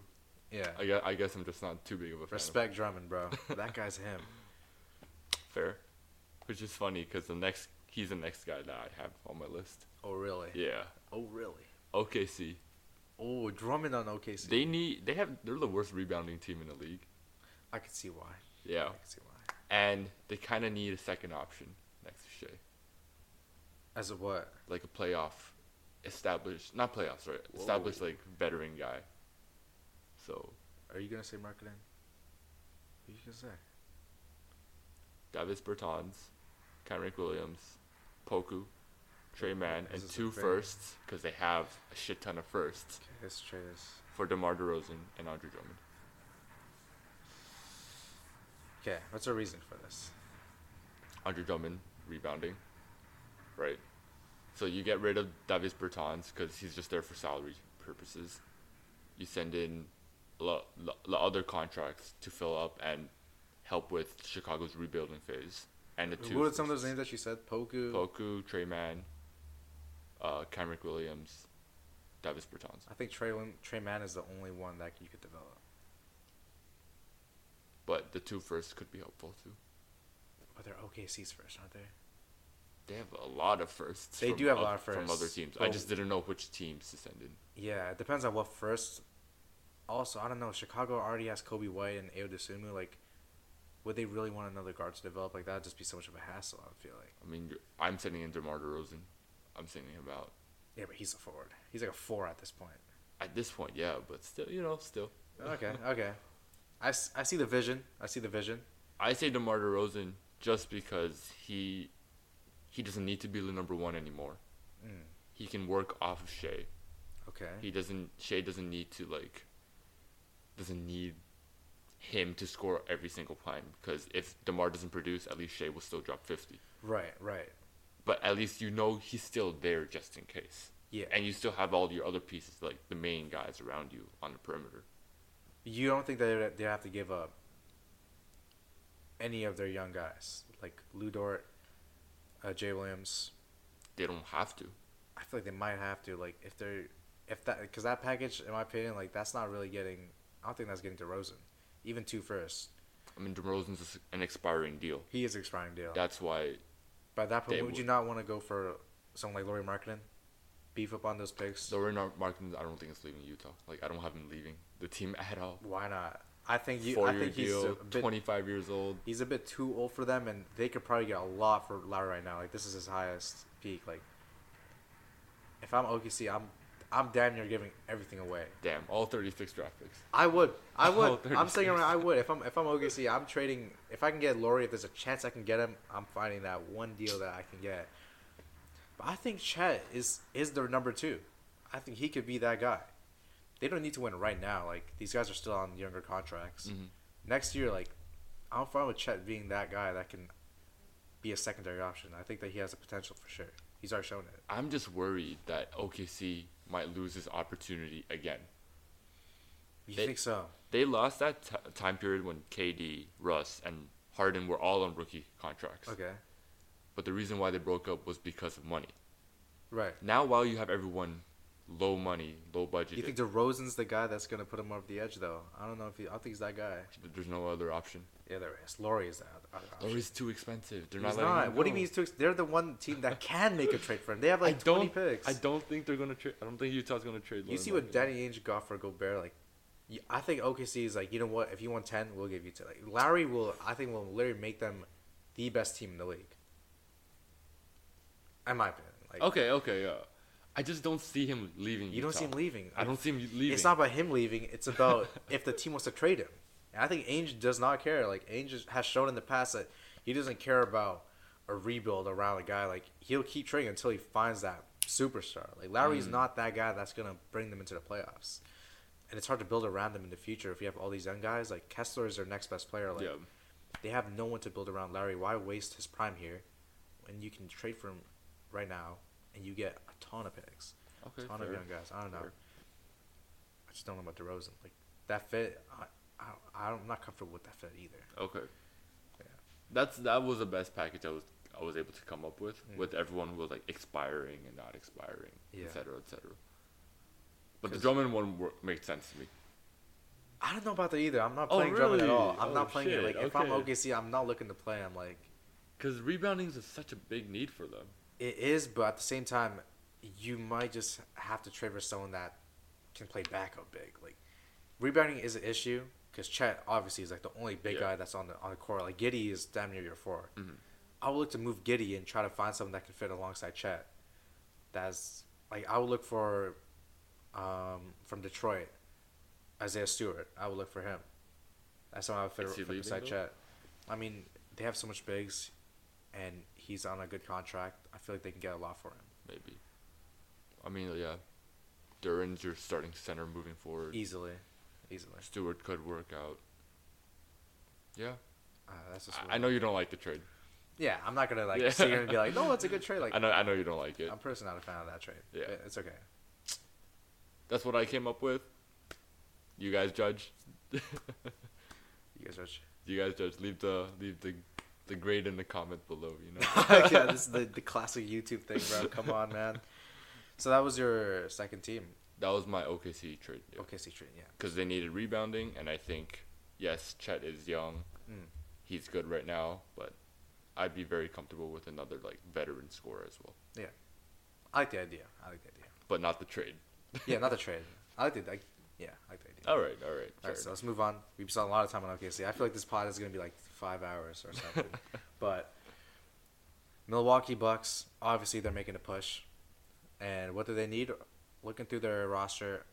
Speaker 2: Yeah.
Speaker 1: I guess, I guess I'm just not too big of a fan. of him.
Speaker 2: Respect Drummond, bro. That guy's him.
Speaker 1: Fair. Which is funny because the next he's the next guy that I have on my list.
Speaker 2: Oh really?
Speaker 1: Yeah.
Speaker 2: Oh really?
Speaker 1: OKC.
Speaker 2: Oh Drummond on OKC.
Speaker 1: They need. They have. They're the worst rebounding team in the league.
Speaker 2: I could see why.
Speaker 1: Yeah.
Speaker 2: I could see why.
Speaker 1: And they kind of need a second option next to Shea,
Speaker 2: As a what?
Speaker 1: like a playoff, established not playoffs, right? Established like veteran guy. So
Speaker 2: Are you gonna say marketing? What are you gonna say?
Speaker 1: Davis Bertans, Kenrick Williams, Poku, Trey Mann,
Speaker 2: This
Speaker 1: and
Speaker 2: is a
Speaker 1: two
Speaker 2: very-
Speaker 1: firsts because they have a shit ton of firsts
Speaker 2: Okay, let's try this.
Speaker 1: for DeMar DeRozan and Andre Drummond.
Speaker 2: Okay, what's our reason for this?
Speaker 1: Andre Drummond rebounding, right? So you get rid of Davis Bertans because he's just there for salary purposes. You send in the other contracts to fill up and help with Chicago's rebuilding phase. And the two
Speaker 2: what were some of those
Speaker 1: firsts.
Speaker 2: names that you said? Poku.
Speaker 1: Poku, Trey Mann, uh, Kenrick Williams, Davis Bertans.
Speaker 2: I think Trey Win- Trey Mann is the only one that you could develop.
Speaker 1: But the two firsts could be helpful too.
Speaker 2: But they're OKC's first, aren't they?
Speaker 1: They have a lot of firsts.
Speaker 2: They
Speaker 1: from
Speaker 2: do have a
Speaker 1: oth-
Speaker 2: lot of
Speaker 1: from other
Speaker 2: firsts,
Speaker 1: teams. I
Speaker 2: but-
Speaker 1: just didn't know which teams to send in.
Speaker 2: Yeah, it depends on what first. Also, I don't know. Chicago already has Kobe White and Aodosunmu. Like, would they really want another guard to develop? Like, that'd just be so much of a hassle. I feel like.
Speaker 1: I mean, you're- I'm sending in DeMar DeRozan. I'm sending him out.
Speaker 2: Yeah, but he's a forward. He's like a four at this point.
Speaker 1: At this point, yeah, but still, you know, still.
Speaker 2: Okay, okay. I, s- I see the vision. I see the vision.
Speaker 1: I say DeMar DeRozan just because he he doesn't need to be the number one anymore.
Speaker 2: Mm,
Speaker 1: He can work off of Shea.
Speaker 2: okay.
Speaker 1: He doesn't. Shea doesn't need to like. Doesn't need him to score every single time because if DeMar doesn't produce, at least Shea will still drop 50.
Speaker 2: Right, right.
Speaker 1: But at least you know he's still there just in case.
Speaker 2: Yeah.
Speaker 1: And you still have all your other pieces, like the main guys around you on the perimeter.
Speaker 2: You don't think that they have to give up any of their young guys, like Lou Dort, uh, Jay Williams.
Speaker 1: They don't have to.
Speaker 2: I feel like they might have to, like if they're if that because that package, in my opinion, like that's not really getting. I don't think that's getting DeRozan, even two first.
Speaker 1: I mean, DeRozan's an expiring deal.
Speaker 2: He is expiring deal.
Speaker 1: That's why
Speaker 2: By that point,
Speaker 1: they
Speaker 2: would you
Speaker 1: would-
Speaker 2: not want to go for someone like Laurie Markkinen? Beef up on those picks.
Speaker 1: So we're not marketing. I don't think it's leaving Utah. Like I don't have him leaving the team at all.
Speaker 2: Why not? I think you. I
Speaker 1: Four-year
Speaker 2: think he's
Speaker 1: deal,
Speaker 2: a bit,
Speaker 1: twenty-five years old.
Speaker 2: He's a bit too old for them, and they could probably get a lot for Lowry right now. Like this is his highest peak. Like, if I'm OKC, I'm I'm damn near giving everything away.
Speaker 1: Damn, all thirty-six draft picks.
Speaker 2: I would. I
Speaker 1: Oh,
Speaker 2: would.
Speaker 1: 30
Speaker 2: I'm saying around, I would. If I'm if I'm OKC, I'm trading. If I can get Laurie, if there's a chance I can get him, I'm finding that one deal that I can get. But I think Chet is is their number two. I think he could be that guy. They don't need to win right now. Like these guys are still on younger contracts.
Speaker 1: Mhm.
Speaker 2: Next year, like I'm fine with Chet being that guy that can be a secondary option. I think that he has the potential for sure. He's already shown it.
Speaker 1: I'm just worried that OKC might lose this opportunity again.
Speaker 2: You
Speaker 1: They-
Speaker 2: think so?
Speaker 1: They lost that t- time period when KD, Russ, and Harden were all on rookie contracts.
Speaker 2: Okay.
Speaker 1: But the reason why they broke up was because of money.
Speaker 2: Right.
Speaker 1: Now, while you have everyone low money, low budget,
Speaker 2: You think DeRozan's the guy that's gonna put him over the edge, though? I don't know if he. I don't think he's that guy.
Speaker 1: there's no other option.
Speaker 2: Yeah, there is. Laurie is that. Other option.
Speaker 1: Or it's Oh, too expensive. They're not
Speaker 2: He's
Speaker 1: letting
Speaker 2: not.
Speaker 1: him
Speaker 2: What do you
Speaker 1: go.
Speaker 2: mean? He's too ex- they're the one team that can make a trade for him. They have like
Speaker 1: I don't.
Speaker 2: twenty picks.
Speaker 1: I don't think they're gonna trade. I don't think Utah's gonna trade.
Speaker 2: you
Speaker 1: Lauren
Speaker 2: see what
Speaker 1: Markkanen.
Speaker 2: Danny Ainge got for Gobert? Like, you- I think OKC is like, you know what? If you want ten, we'll give you ten. Like, Lowry will. I think will literally make them the best team in the league. In my opinion, like
Speaker 1: Okay, okay, yeah. I just don't see him leaving.
Speaker 2: you don't see him
Speaker 1: Utah.
Speaker 2: leaving.
Speaker 1: I don't see him leaving.
Speaker 2: It's not about him leaving. It's about if the team wants to trade him. And I think Ainge does not care. Like Ainge is- has shown in the past that he doesn't care about a rebuild around a guy. Like he'll keep trading until he finds that superstar. Like
Speaker 1: Hmm.
Speaker 2: Lowry's not that guy that's gonna bring them into the playoffs. And it's hard to build around them in the future if you have all these young guys. Like Kessler is their next best player. Like
Speaker 1: yeah.
Speaker 2: they have no one to build around Larry. Why waste his prime here when you can trade for him right now and you get a ton of picks,
Speaker 1: Okay.
Speaker 2: a ton of
Speaker 1: fair.
Speaker 2: young guys? I don't know.
Speaker 1: Fair.
Speaker 2: I just don't know about DeRozan. Like that fit, I, I, I'm not comfortable with that fit either.
Speaker 1: Okay.
Speaker 2: Yeah.
Speaker 1: That's that was the best package I was I was able to come up with
Speaker 2: Mm.
Speaker 1: with everyone who was like expiring and not expiring,
Speaker 2: Yeah.
Speaker 1: etc. etc. et cetera. But the
Speaker 2: 'Cause-
Speaker 1: Drummond one wor- makes sense to me.
Speaker 2: I don't know about that either. I'm not
Speaker 1: Oh,
Speaker 2: playing Drummond at
Speaker 1: really?
Speaker 2: all. I'm
Speaker 1: Oh,
Speaker 2: not playing
Speaker 1: shit,
Speaker 2: it. Like if I'm
Speaker 1: okay.
Speaker 2: OKC, I'm not looking to play him. Like
Speaker 1: Because rebounding is such a big need for them.
Speaker 2: it is, but at the same time, you might just have to trade for someone that can play backup big. Like rebounding is an issue because Chet obviously is like the only big
Speaker 1: Yeah.
Speaker 2: guy that's on the on the court. Like Giddy is damn near your 4
Speaker 1: Mhm.
Speaker 2: I would look to move Giddy and try to find someone that can fit alongside Chet. That's like I would look for um, from Detroit, Isaiah Stewart. I would look for him. That's someone I would fit,
Speaker 1: Is he
Speaker 2: fit
Speaker 1: leaving,
Speaker 2: beside
Speaker 1: though?
Speaker 2: Chet. I mean, they have so much bigs, and he's on a good contract. I feel like they can get a lot for him.
Speaker 1: Maybe. I mean, yeah. Durin's your starting center moving forward.
Speaker 2: Easily, easily.
Speaker 1: Stewart could work out. Yeah,
Speaker 2: Uh, that's just.
Speaker 1: I- I,
Speaker 2: what-
Speaker 1: know you don't like the trade.
Speaker 2: Yeah, I'm not gonna like
Speaker 1: Yeah.
Speaker 2: sit here and be like, no, it's a good trade. Like,
Speaker 1: I know, I know you don't like it.
Speaker 2: I'm personally not a fan of that trade.
Speaker 1: Yeah.
Speaker 2: It- it's okay.
Speaker 1: That's what I came up with. You guys judge.
Speaker 2: You guys watch.
Speaker 1: You guys judge. Leave the leave the the grade in the comment below. You know.
Speaker 2: yeah, this is the, the classic YouTube thing, bro. Come on, man. So that was your second team,
Speaker 1: that was my OKC trade
Speaker 2: OKC trade. Yeah.
Speaker 1: because they needed rebounding, and I think yes, Chet is young.
Speaker 2: Mm.
Speaker 1: He's good right now, but I'd be very comfortable with another like veteran scorer as well,
Speaker 2: I like the idea. I like the idea.
Speaker 1: but not the trade.
Speaker 2: Yeah, not the trade. I like the. I, yeah, I like the idea.
Speaker 1: All right, all right.
Speaker 2: All
Speaker 1: fair
Speaker 2: right, so
Speaker 1: enough.
Speaker 2: let's move on. We've spent a lot of time on OKC. I feel like this pod is going to be like five hours or something. but Milwaukee Bucks, obviously, they're making a push. And what do they need? Looking through their roster,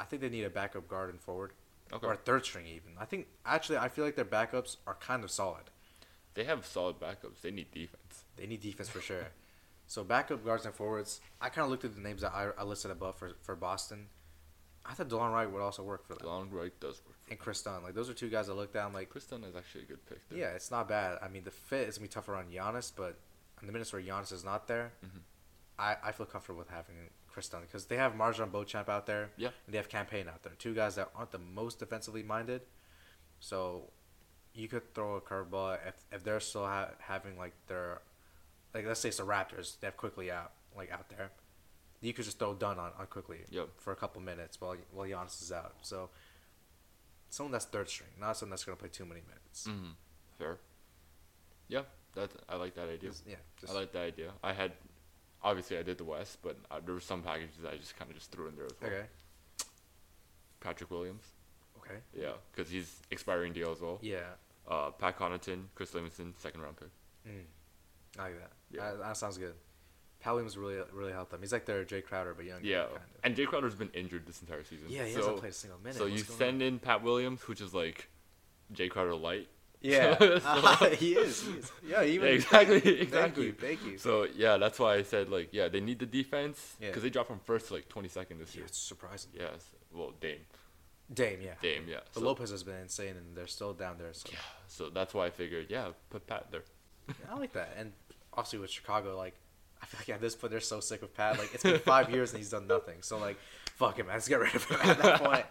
Speaker 2: I think they need a backup guard and forward,
Speaker 1: Okay.
Speaker 2: or a third string even. I think actually, I feel like their backups are kind of solid.
Speaker 1: They have solid backups. They need defense.
Speaker 2: They need defense for sure. so backup guards and forwards. I kind of looked at the names that I, I listed above for, for Boston. I thought DeLon Wright would also work for them.
Speaker 1: DeLon Wright does work. For
Speaker 2: And Chris Dunn, like those are two guys I looked at. I'm like,
Speaker 1: Chris Dunn is actually a good pick. there.
Speaker 2: yeah, it's not bad. I mean, the fit is gonna be tougher on Giannis, but in the minutes where Giannis is not there,
Speaker 1: Mhm.
Speaker 2: I, I feel comfortable with having Chris Dunn because they have Marjan Beauchamp out there.
Speaker 1: Yeah.
Speaker 2: And they have Campaign out there, two guys that aren't the most defensively minded. So you could throw a curveball if, if they're still ha- having like their like let's say it's the Raptors they have quickly out like out there, you could just throw Dunn on, on quickly
Speaker 1: Yep.
Speaker 2: for a couple minutes while while Giannis is out. So someone that's third string, not someone that's gonna play too many minutes.
Speaker 1: Mm, fair. Yeah, that I like that idea.
Speaker 2: Just- yeah, just,
Speaker 1: I like that idea. I had, obviously, I did the West, but uh there were some packages I just kind of just threw in there as well.
Speaker 2: okay,
Speaker 1: Patrick Williams,
Speaker 2: okay,
Speaker 1: yeah, because he's expiring deal as well.
Speaker 2: yeah.
Speaker 1: Uh, Pat Connaughton, Chris Livingston, second round pick.
Speaker 2: Mm. I like that.
Speaker 1: Yeah.
Speaker 2: That, that sounds good. Pat Williams really really helped them. He's like their Jay Crowder but young.
Speaker 1: Yeah,
Speaker 2: Kind of.
Speaker 1: and Jay Crowder's been injured this entire season.
Speaker 2: Yeah, he
Speaker 1: so,
Speaker 2: hasn't played a single minute.
Speaker 1: So
Speaker 2: What's
Speaker 1: you
Speaker 2: going on?
Speaker 1: send in Pat Williams, which is like Jay Crowder light.
Speaker 2: Yeah,
Speaker 1: So-
Speaker 2: he, is, he is. Yeah, even
Speaker 1: Yeah, exactly,
Speaker 2: Thank you,
Speaker 1: exactly.
Speaker 2: thank you.
Speaker 1: So yeah, that's why I said like yeah, they need the defense
Speaker 2: Yeah.
Speaker 1: because they dropped from first to like twenty second this
Speaker 2: yeah,
Speaker 1: year.
Speaker 2: it's surprising.
Speaker 1: Yes, well Dame,
Speaker 2: Dame, yeah.
Speaker 1: Dame, yeah.
Speaker 2: But
Speaker 1: so-
Speaker 2: Lopez has been insane, and they're still down there. So
Speaker 1: Yeah, so that's why I figured, yeah, put Pat there.
Speaker 2: I like that. And obviously with Chicago, like I feel like at this point they're so sick of Pat. Like it's been five years and he's done nothing. So like, fuck him, man. Let's get rid of him at that point.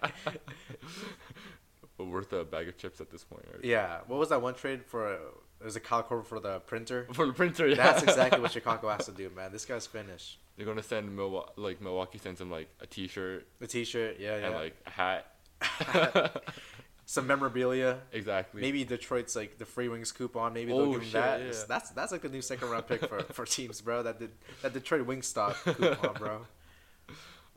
Speaker 1: But worth a bag of chips at this point, right?
Speaker 2: yeah. What was that one trade for? uh, It was a Kyle Korver for the printer.
Speaker 1: For the printer, yeah.
Speaker 2: That's exactly what Chicago has to do, man. This guy's finished.
Speaker 1: They're gonna send Milwaukee, like Milwaukee sends him like a T-shirt
Speaker 2: The T-shirt, yeah, yeah.
Speaker 1: and like a hat.
Speaker 2: Some memorabilia.
Speaker 1: exactly.
Speaker 2: Maybe Detroit's like the free wings coupon. Maybe
Speaker 1: Oh,
Speaker 2: they'll give him
Speaker 1: shit,
Speaker 2: that.
Speaker 1: yeah.
Speaker 2: It's- That's that's like a new second round pick for, for teams, bro. That did, that Detroit Wingstop coupon, bro.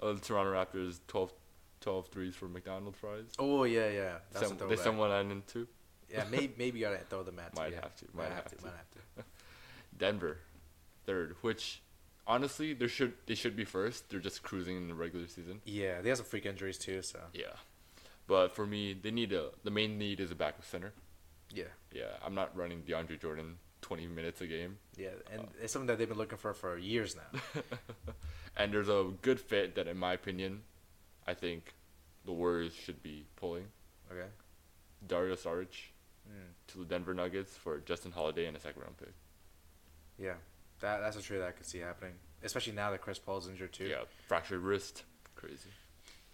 Speaker 1: Uh, the Toronto Raptors 12, 12 threes for McDonald's fries.
Speaker 2: Oh yeah, yeah. That's
Speaker 1: Some,
Speaker 2: a
Speaker 1: there's
Speaker 2: throwback.
Speaker 1: someone I into
Speaker 2: Yeah, maybe maybe you gotta throw them at.
Speaker 1: Might
Speaker 2: yeah.
Speaker 1: have to, might have to.
Speaker 2: Might have to.
Speaker 1: Denver, third. Which, honestly, there should they should be first. They're just cruising in the regular season.
Speaker 2: Yeah, they have some freak injuries too. So
Speaker 1: Yeah, but for me, they need a the main need is a backup center.
Speaker 2: yeah,
Speaker 1: Yeah, I'm not running DeAndre Jordan 20 minutes a game.
Speaker 2: yeah, and it's something that they've been looking for for years now.
Speaker 1: and there's a good fit that, in my opinion, I think the Warriors should be pulling
Speaker 2: Okay.
Speaker 1: Dario Saric
Speaker 2: Mm,
Speaker 1: to the Denver Nuggets for Justin Holiday and a second round pick.
Speaker 2: yeah, that that's a trade that I could see happening, especially now that Chris Paul's injured too.
Speaker 1: Yeah, fractured wrist, crazy.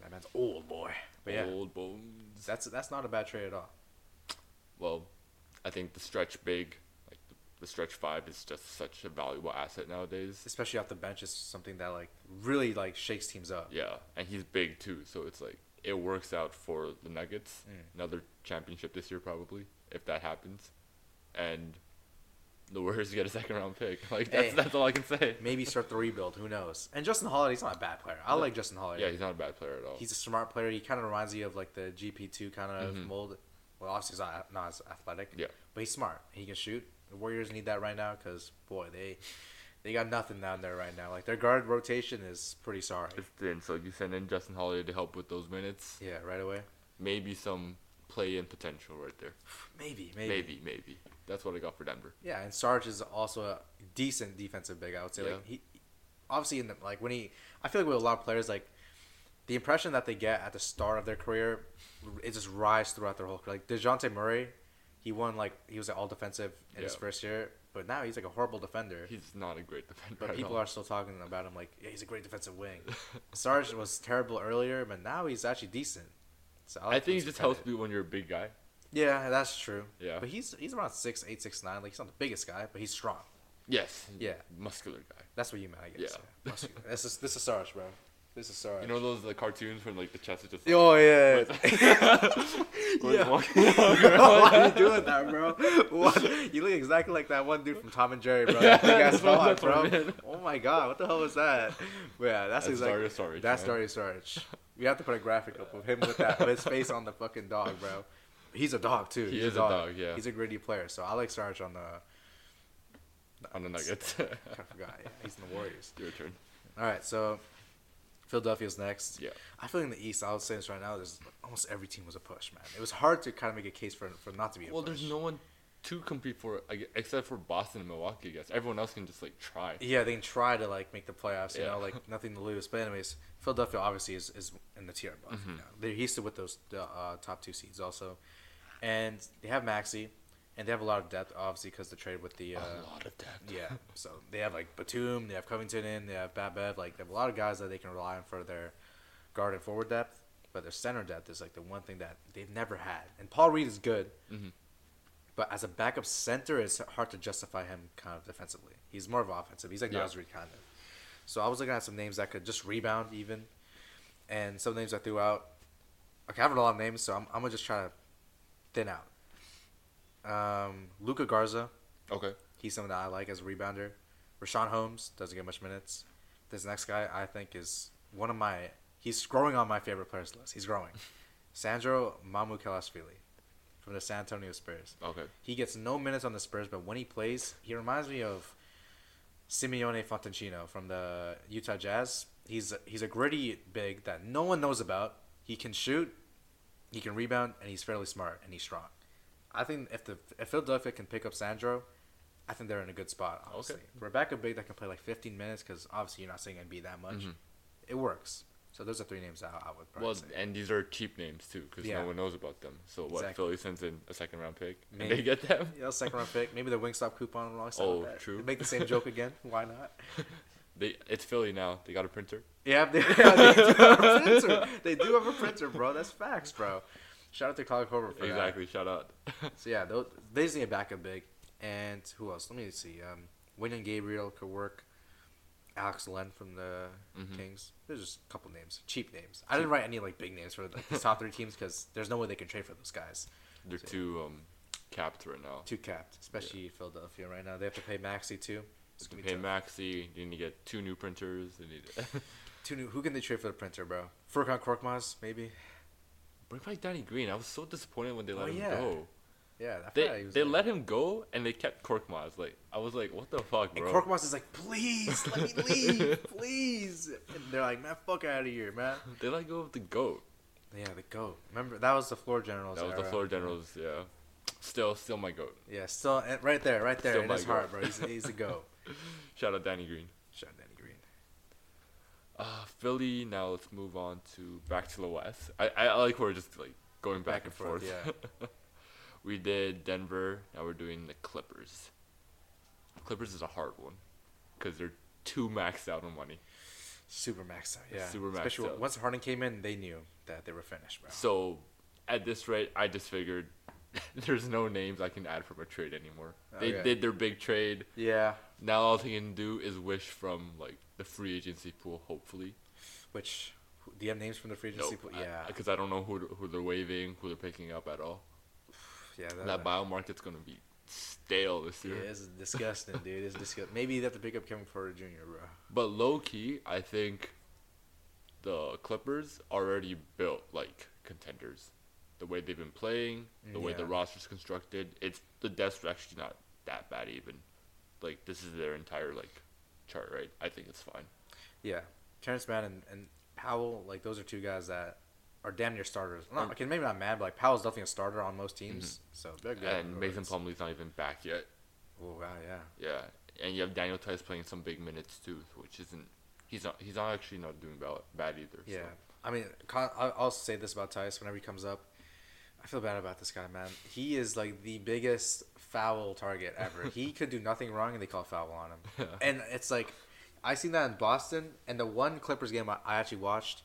Speaker 2: That man's old boy. But yeah,
Speaker 1: Old bones.
Speaker 2: that's that's not a bad trade at all.
Speaker 1: well, I think the stretch big, like the, the stretch five, is just such a valuable asset nowadays.
Speaker 2: especially off the bench is something that like really like shakes teams up.
Speaker 1: Yeah, and he's big too, so it's like it works out for the Nuggets.
Speaker 2: Mm.
Speaker 1: Another championship this year probably, if that happens, and the Warriors get a second round pick. Like that's
Speaker 2: Hey.
Speaker 1: that's all I can say.
Speaker 2: Maybe start the rebuild. Who knows? And Justin Holiday's not a bad player. I like Justin Holiday.
Speaker 1: Yeah, he's not a bad player at all.
Speaker 2: he's a smart player. He kind of reminds you of like the GP two kind of
Speaker 1: Mhm.
Speaker 2: mold. Well, obviously he's not, not as athletic.
Speaker 1: Yeah.
Speaker 2: but he's smart. He can shoot. The Warriors need that right now because boy, they they got nothing down there right now. Like their guard rotation is pretty sorry.
Speaker 1: It's thin, so you send in Justin Holiday to help with those minutes.
Speaker 2: Yeah, right away.
Speaker 1: Maybe some play-in potential right there.
Speaker 2: Maybe, maybe.
Speaker 1: Maybe, maybe. That's what I got for Denver.
Speaker 2: Yeah, and Sarge is also a decent defensive big. I would say, like
Speaker 1: Yeah.
Speaker 2: he, obviously, in the, like when he, I feel like with a lot of players, like the impression that they get at the start of their career, it just rises throughout their whole career. Like Dejounte Murray, he won like he was an all defensive in his
Speaker 1: Yeah.
Speaker 2: first year, but now he's like a horrible defender.
Speaker 1: He's not a great defender.
Speaker 2: but
Speaker 1: at
Speaker 2: people
Speaker 1: all.
Speaker 2: are still talking about him like, yeah, he's a great defensive wing. Sarge was terrible earlier, but now he's actually decent. So
Speaker 1: I
Speaker 2: like
Speaker 1: think
Speaker 2: him
Speaker 1: it
Speaker 2: as a
Speaker 1: just helps
Speaker 2: credit.
Speaker 1: you when you're a big guy.
Speaker 2: Yeah, that's true.
Speaker 1: Yeah.
Speaker 2: but he's he's around six eight six nine. Like he's not the biggest guy, but he's strong.
Speaker 1: Yes.
Speaker 2: Yeah.
Speaker 1: Muscular guy.
Speaker 2: That's what you meant, I guess.
Speaker 1: Yeah.
Speaker 2: Yeah. Muscular. this is this is Sarge, bro. This is Sarge.
Speaker 1: You know those the cartoons when like the chest is just. Like,
Speaker 2: Oh yeah.
Speaker 1: when it's
Speaker 2: yeah.
Speaker 1: walking
Speaker 2: Why are you doing that, bro? What? You look exactly like that one dude from Tom and Jerry, bro. That big ass
Speaker 1: That's what-
Speaker 2: mohawk,
Speaker 1: that's what I
Speaker 2: bro.
Speaker 1: meant.
Speaker 2: Oh my god, what the hell was that? But yeah, that's,
Speaker 1: That's
Speaker 2: exactly.
Speaker 1: Dario Saric,
Speaker 2: That's
Speaker 1: man.
Speaker 2: Dario Sarge. We have to put a graphic up of him with that, with his face on the fucking dog, bro. He's a dog too.
Speaker 1: He
Speaker 2: He's
Speaker 1: is a dog, yeah.
Speaker 2: He's a gritty player, so I like Sarge on the.
Speaker 1: on the Nuggets.
Speaker 2: I forgot. Yeah, he's in the Warriors.
Speaker 1: Your turn.
Speaker 2: All right, so Philadelphia's next.
Speaker 1: Yeah.
Speaker 2: I feel in the East, I would say this right now, there's almost every team was a push, man. It was hard to kind of make a case for for not to be a
Speaker 1: Well,
Speaker 2: push.
Speaker 1: there's no one to compete for it, I gue- except for Boston and Milwaukee. I guess everyone else can just like try.
Speaker 2: Yeah, they can try to like make the playoffs. You
Speaker 1: Yeah.
Speaker 2: know, like nothing to lose. But anyways, Philadelphia obviously is, is in the tier above.
Speaker 1: Mm-hmm.
Speaker 2: You know? They're used to with those the, uh, top two seeds also, and they have Maxi, and they have a lot of depth obviously because the trade with the uh,
Speaker 1: a lot of depth.
Speaker 2: yeah. So they have like Batum, they have Covington in, they have Babev. Like they have a lot of guys that they can rely on for their guard and forward depth. But their center depth is like the one thing that they've never had. And Paul Reed is good, but as a backup center, it's hard to justify him kind of defensively. He's more of offensive. He's like
Speaker 1: Yeah.
Speaker 2: Nas Reed kind of. So I was looking at some names that could just rebound even, and some names I threw out. Okay, I have a lot of names, so I'm, I'm gonna just try to thin out. Um, Luca Garza,
Speaker 1: Okay.
Speaker 2: He's someone that I like as a rebounder. Rashawn Holmes doesn't get much minutes. This next guy I think is one of my. He's growing on my favorite players list. He's growing. Sandro Mamu Kalasvili from the San Antonio Spurs.
Speaker 1: Okay.
Speaker 2: He gets no minutes on the Spurs, but when he plays, he reminds me of Simeone Fontancino from the Utah Jazz. He's he's a gritty big that no one knows about. He can shoot, he can rebound, and he's fairly smart and he's strong. I think if the if Philadelphia can pick up Sandro, I think they're in a good spot. Obviously,
Speaker 1: Okay.
Speaker 2: for a backup big that can play like 15 minutes, because obviously you're not seeing Embiid that
Speaker 1: Mm-hmm.
Speaker 2: much, it works. So those are three names that I I would probably
Speaker 1: Well,
Speaker 2: say.
Speaker 1: and these are cheap names too, because
Speaker 2: Yeah.
Speaker 1: no one knows about them. So what?
Speaker 2: Exactly.
Speaker 1: Philly sends in a second round pick, and
Speaker 2: Maybe.
Speaker 1: they get them.
Speaker 2: Yeah, second round pick. Maybe the Wingstop coupon will also
Speaker 1: Oh,
Speaker 2: that.
Speaker 1: true.
Speaker 2: Make the same joke again. Why not?
Speaker 1: They it's Philly now. They got a printer.
Speaker 2: Yeah, they, yeah, they do have a printer. They do have a printer, bro. That's facts, bro. Shout out to Cloud Cobra for that.
Speaker 1: Exactly. Shout out.
Speaker 2: So yeah, they'll- they just need a backup big. And who else? Let me see. Um, William Gabriel could work. Alex Len from the
Speaker 1: Mm-hmm.
Speaker 2: Kings. There's just a couple names, cheap names. I didn't write any like big names for like, the top three teams because there's no way they can trade for those guys.
Speaker 1: They're
Speaker 2: So-
Speaker 1: too um, capped right now.
Speaker 2: Too capped, especially Philadelphia right now. They have to pay Maxi too. It's
Speaker 1: They
Speaker 2: gonna be
Speaker 1: pay
Speaker 2: tough.
Speaker 1: Maxi. They need to get two new printers. They need to
Speaker 2: Two new. Who can they trade for the printer, bro? Furkan Korkmaz, maybe.
Speaker 1: bring back Danny Green. I was so disappointed when they let
Speaker 2: Oh,
Speaker 1: him
Speaker 2: yeah.
Speaker 1: go.
Speaker 2: Yeah, I forgot
Speaker 1: They
Speaker 2: he was
Speaker 1: they
Speaker 2: there.
Speaker 1: let him go and they kept Korkmaz. Like I was like, what the fuck,
Speaker 2: And
Speaker 1: bro?
Speaker 2: Korkmaz is like, please, let me leave, please. And they're like, man, fuck out of here, man.
Speaker 1: they let go of the goat.
Speaker 2: Yeah, the goat. Remember that was the floor generals.
Speaker 1: That was the
Speaker 2: era.
Speaker 1: Florida Generals. Yeah. Still, still my goat.
Speaker 2: Yeah, still and right there, right there
Speaker 1: Still
Speaker 2: in
Speaker 1: my
Speaker 2: his
Speaker 1: goat.
Speaker 2: heart, bro. He's, he's a goat.
Speaker 1: Shout out Danny Green.
Speaker 2: Shout out Danny Green.
Speaker 1: Uh, Philly. Now let's move on to back to the West. I I, I like we're just like going back, and forth. Yeah. we did Denver. Now we're doing the Clippers. Clippers is a hard one because they're too maxed out on money.
Speaker 2: Super maxed out. Yeah,
Speaker 1: Super maxed
Speaker 2: Especially
Speaker 1: out.
Speaker 2: once Harden came in, they knew that they were finished, bro.
Speaker 1: So at this rate, I just figured there's no names I can add from a trade anymore. They
Speaker 2: Okay.
Speaker 1: did their big trade.
Speaker 2: Yeah,
Speaker 1: Now all they can do is wish from like the free agency pool, hopefully.
Speaker 2: which do you have names from the free agency? pool? yeah,
Speaker 1: Because I, don't know who who they're waiving, who they're picking up at all.
Speaker 2: yeah.
Speaker 1: That bio market's gonna be stale this
Speaker 2: Yeah,
Speaker 1: year.
Speaker 2: it's disgusting, dude. It's disgusting. Maybe they have to pick up Kevin Porter Jr., bro.
Speaker 1: But low key, I think the Clippers already built like contenders. The way they've been playing, the way the
Speaker 2: Yeah.
Speaker 1: roster's constructed, it's the depths are actually not that bad even. Like this is their entire like chart, right? I think it's fine.
Speaker 2: Yeah, Terrence Mann and, and Powell, like those are two guys that are damn near starters.
Speaker 1: Mm.
Speaker 2: Not, okay, maybe not Mann, but like Powell's definitely a starter on most teams. So they're good.
Speaker 1: Mm-hmm. and Mason
Speaker 2: regardless.
Speaker 1: Plumlee's not even back yet.
Speaker 2: Oh wow, yeah.
Speaker 1: Yeah, and you have Daniel Tice playing some big minutes too, which isn't. He's not. He's not actually not doing bad, bad either.
Speaker 2: Yeah, I mean, Con- I- I'll say this about Tice whenever he comes up. I feel bad about this guy, man. He is like the biggest foul target ever. he could do nothing wrong, and they call foul on him. And it's like, I seen that in Boston, and the one Clippers game I, I actually watched.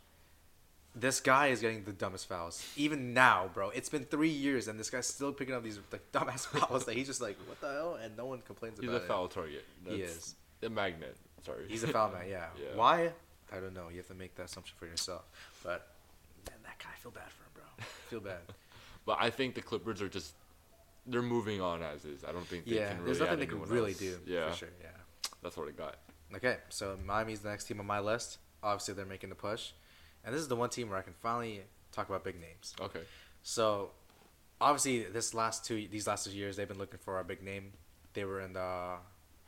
Speaker 2: This guy is getting the dumbest fouls. Even now, bro, it's been three years, and this guy's still picking up these like, dumbass fouls that he's just like, what the hell? And no one complains
Speaker 1: So he's
Speaker 2: about
Speaker 1: a
Speaker 2: it.
Speaker 1: foul target.
Speaker 2: He is.
Speaker 1: the magnet. Sorry.
Speaker 2: He's a foul man, yeah.
Speaker 1: Yeah.
Speaker 2: Why? I don't know. You have to make that assumption for yourself. But man, that guy, I feel bad for him, bro. I feel bad.
Speaker 1: But I think the Clippers are just they're moving on as is. I don't think they
Speaker 2: yeah,
Speaker 1: can really
Speaker 2: there's nothing
Speaker 1: add
Speaker 2: they can
Speaker 1: anyone
Speaker 2: really
Speaker 1: else.
Speaker 2: do.
Speaker 1: Yeah,
Speaker 2: for sure. Yeah.
Speaker 1: that's what I got.
Speaker 2: Okay, so Miami's the next team on my list. Obviously, they're making the push, and this is the one team where I can finally talk about big names.
Speaker 1: Okay.
Speaker 2: So, obviously, this last two, these last two years, they've been looking for a big name. They were in the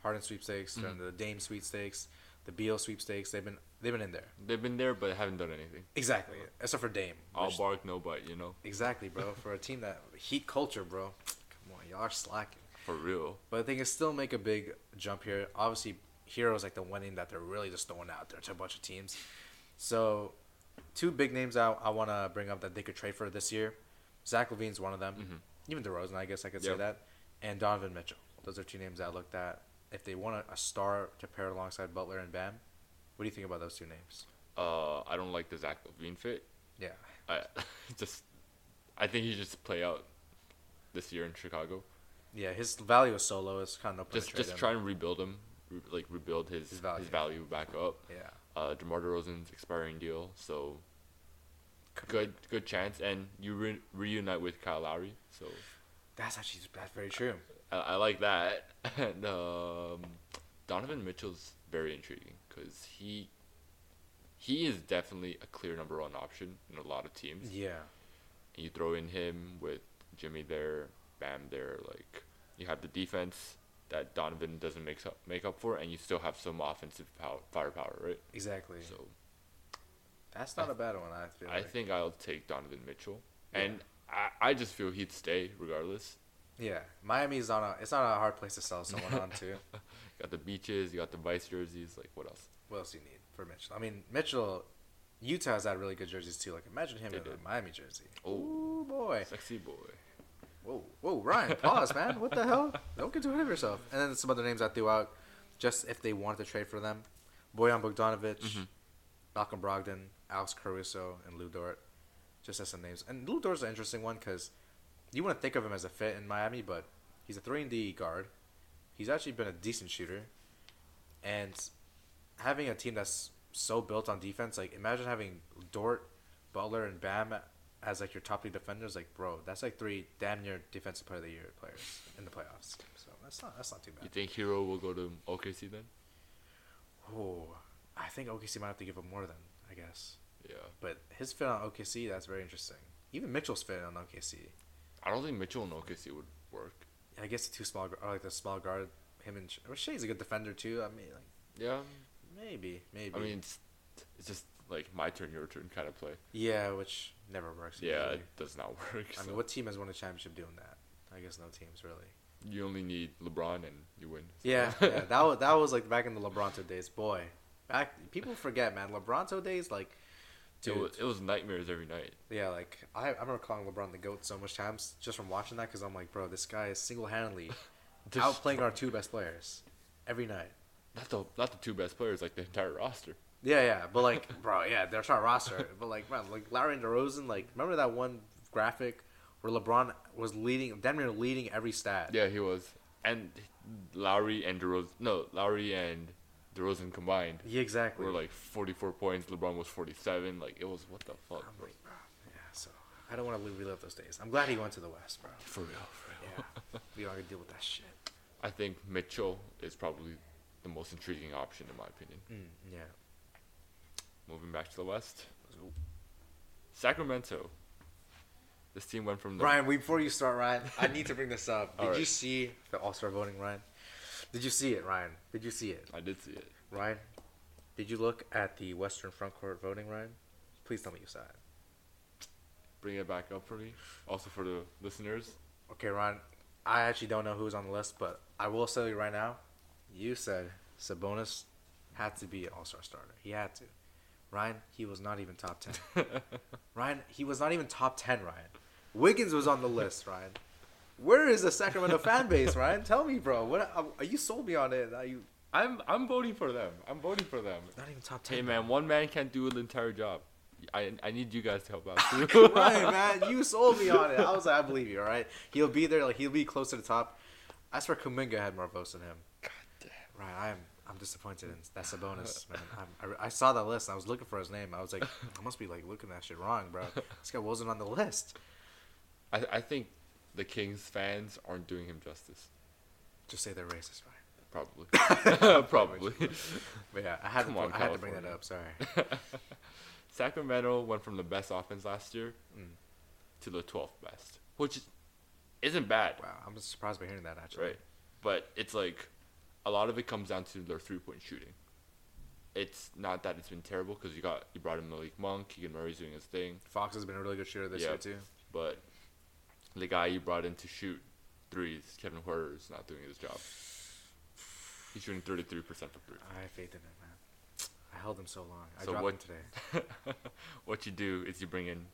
Speaker 2: Harden sweepstakes, they're
Speaker 1: Mm-hmm.
Speaker 2: in the Dame sweepstakes, the Beal sweepstakes. They've been they've been in there.
Speaker 1: They've been there, but haven't done anything.
Speaker 2: Exactly, except for Dame.
Speaker 1: All
Speaker 2: which-
Speaker 1: bark, no bite. You know.
Speaker 2: Exactly, bro. For a team that heat culture, bro. Come on, Y'all are slacking.
Speaker 1: For real.
Speaker 2: But I think it still make a big jump here. Obviously, Heroes like the winning that they're really just throwing out there to a bunch of teams. So, two big names I, I want to bring up that they could trade for this year. Zach Levine's one of them. Even DeRozan, I guess I could say
Speaker 1: Mm-hmm. Yep.
Speaker 2: that. And Donovan Mitchell. Those are two names I looked at. If they want a, a star to pair alongside Butler and Bam, what do you think about those two names?
Speaker 1: Uh, I don't like the Zach Levine fit.
Speaker 2: Yeah.
Speaker 1: I just, I think he should just play out this year in Chicago.
Speaker 2: Yeah, his value is so low. It's kind of no point
Speaker 1: Just,
Speaker 2: to trade
Speaker 1: just
Speaker 2: him.
Speaker 1: try and rebuild him, re- like rebuild his
Speaker 2: His
Speaker 1: his
Speaker 2: value.
Speaker 1: value, back up.
Speaker 2: Yeah.
Speaker 1: Uh, Demar Derozan's expiring deal, so good, good chance. And you re- reunite with Kyle Lowry, so
Speaker 2: That's actually that's very true.
Speaker 1: I, I like that. And um, Donovan Mitchell's very intriguing because he he is definitely a clear number one option in a lot of teams.
Speaker 2: Yeah.
Speaker 1: you throw in him with Jimmy there, Bam there, like you have the defense that Donovan doesn't make up make up for, and you still have some offensive power, firepower, right?
Speaker 2: Exactly.
Speaker 1: So
Speaker 2: that's not a bad one. I feel.
Speaker 1: I
Speaker 2: like.
Speaker 1: think I'll take Donovan Mitchell,
Speaker 2: Yeah.
Speaker 1: and I, I just feel he'd stay regardless.
Speaker 2: Yeah, Miami's not a. It's not a hard place to sell someone on to.
Speaker 1: You got the beaches, you got the vice jerseys, like what else?
Speaker 2: What else do you need for Mitchell? I mean, Mitchell, Utah's had really good jerseys too. Like, imagine him
Speaker 1: They
Speaker 2: in a
Speaker 1: did.
Speaker 2: Miami jersey.
Speaker 1: Oh.
Speaker 2: Ooh, boy.
Speaker 1: Sexy boy.
Speaker 2: Whoa, whoa, Ryan, pause, man. What the hell? Don't get too ahead of yourself. And then some other names I threw out, just if they wanted to trade for them: Boyan Bogdanovich,
Speaker 1: Mm-hmm.
Speaker 2: Malcolm Brogdon, Alex Caruso, and Lou Dort. Just as some names. And Lou Dort's an interesting one because you want to think of him as a fit in Miami, but he's a three and D guard. He's actually been a decent shooter, and having a team that's so built on defense, like imagine having Dort, Butler, and Bam as like your top three defenders, like bro, that's like three damn near defensive player of the year players in the playoffs. So that's not that's not too
Speaker 1: You
Speaker 2: bad.
Speaker 1: think Hero will go to OKC then?
Speaker 2: Oh, I think OKC might have to give up more than I guess,
Speaker 1: Yeah.
Speaker 2: but his fit on OKC that's very interesting. Even Mitchell's fit on OKC.
Speaker 1: I don't think Mitchell and OKC would work.
Speaker 2: I guess the two small gu- or like the small guard. Him and Sh- well, Shea's a good defender too. I mean, like
Speaker 1: Yeah.
Speaker 2: maybe, maybe.
Speaker 1: I mean, it's, it's just like my turn, your turn kind of play.
Speaker 2: yeah, which never works.
Speaker 1: Yeah,
Speaker 2: usually.
Speaker 1: it does not work.
Speaker 2: I
Speaker 1: so.
Speaker 2: mean, what team has won a championship doing that? I guess no teams really.
Speaker 1: You only need LeBron and you win.
Speaker 2: Yeah, yeah that was that was like back in the Lebronto days, boy. Back people forget, man. Lebronto days, like,
Speaker 1: It
Speaker 2: dude,
Speaker 1: was, it was nightmares every night.
Speaker 2: yeah, like I, I remember calling LeBron the goat so much times just from watching that because I'm like, bro, this guy is single handedly
Speaker 1: Just-
Speaker 2: outplaying our two best players every night.
Speaker 1: Not the not the two best players, like the entire roster.
Speaker 2: Yeah, yeah, but like, bro, yeah, they're trying roster, but like, man, like Larry and DeRozan, like, remember that one graphic where LeBron was leading, damn near leading every stat.
Speaker 1: Yeah, he was. And Lowry and DeRozan, no, Lowry and DeRozan combined
Speaker 2: Yeah, exactly.
Speaker 1: were like 44 points. LeBron was 47. Like it was what the fuck,
Speaker 2: I'm
Speaker 1: Ah, bro.
Speaker 2: like, bro, yeah, so I don't want to relive those days. I'm glad he went to the West, bro.
Speaker 1: For real, for real.
Speaker 2: Yeah, we all gotta deal with that shit.
Speaker 1: I think Mitchell is probably the most intriguing option in my opinion.
Speaker 2: Mm, yeah.
Speaker 1: Moving back to the West, Sacramento. This team went from the
Speaker 2: Ryan, we- before you start, Ryan, I need to bring this up. Did
Speaker 1: All
Speaker 2: you
Speaker 1: right.
Speaker 2: see the All Star voting, Ryan? Did you see it, Ryan? Did you see it,
Speaker 1: I did see it.
Speaker 2: Ryan? Did you look at the Western front court voting, Ryan? Please tell me you saw it.
Speaker 1: Bring it back up for me. Also for the listeners,
Speaker 2: Okay, Ryan, I actually don't know who's on the list, but I will tell you right now, you said Sabonis had to be an All Star starter. He had to. Ryan, he was not even top ten. Ryan, he was not even top ten. Ryan, Wiggins was on the list. Ryan, where is the Sacramento fan base? Ryan, tell me, bro. What uh, are you sold me on it? Are you
Speaker 1: I'm I'm voting for them. I'm voting for them.
Speaker 2: not even top ten?
Speaker 1: Hey man, one man can't do an entire job. I I need you guys to help out too.
Speaker 2: right, man. You sold me on it. I was like, I believe you. All right, he'll be there. Like he'll be close to the top. I swear, Kuminga had more votes than him.
Speaker 1: God damn.
Speaker 2: Right, I'm I'm disappointed in that's a bonus, man. I'm, I, I saw that list and I was looking for his name. I was like, I must be like looking at that shit wrong, bro. This guy wasn't on the list.
Speaker 1: I I think the Kings fans aren't doing him justice.
Speaker 2: Just say they're racist, right?
Speaker 1: Probably. Probably.
Speaker 2: But yeah, I had
Speaker 1: Come
Speaker 2: to,
Speaker 1: on,
Speaker 2: I had to bring that
Speaker 1: California.
Speaker 2: up. Sorry.
Speaker 1: Sacramento went from the best offense last year
Speaker 2: Mm.
Speaker 1: to the 12th best, which is- isn't bad,
Speaker 2: Wow, I'm surprised by hearing that actually.
Speaker 1: right? But it's like a lot of it comes down to their three-point shooting. It's not that it's been terrible because you got you brought in Malik Monk, Keegan Murray's doing his thing,
Speaker 2: Fox has been a really good shooter this
Speaker 1: Yeah.
Speaker 2: year too.
Speaker 1: but the guy you brought in to shoot threes. Kevin Huerter is not doing his job. He's shooting 33% from three.
Speaker 2: I have faith in it, man. I held him so long. I
Speaker 1: So
Speaker 2: dropped
Speaker 1: what-
Speaker 2: him today.
Speaker 1: what you do is you bring in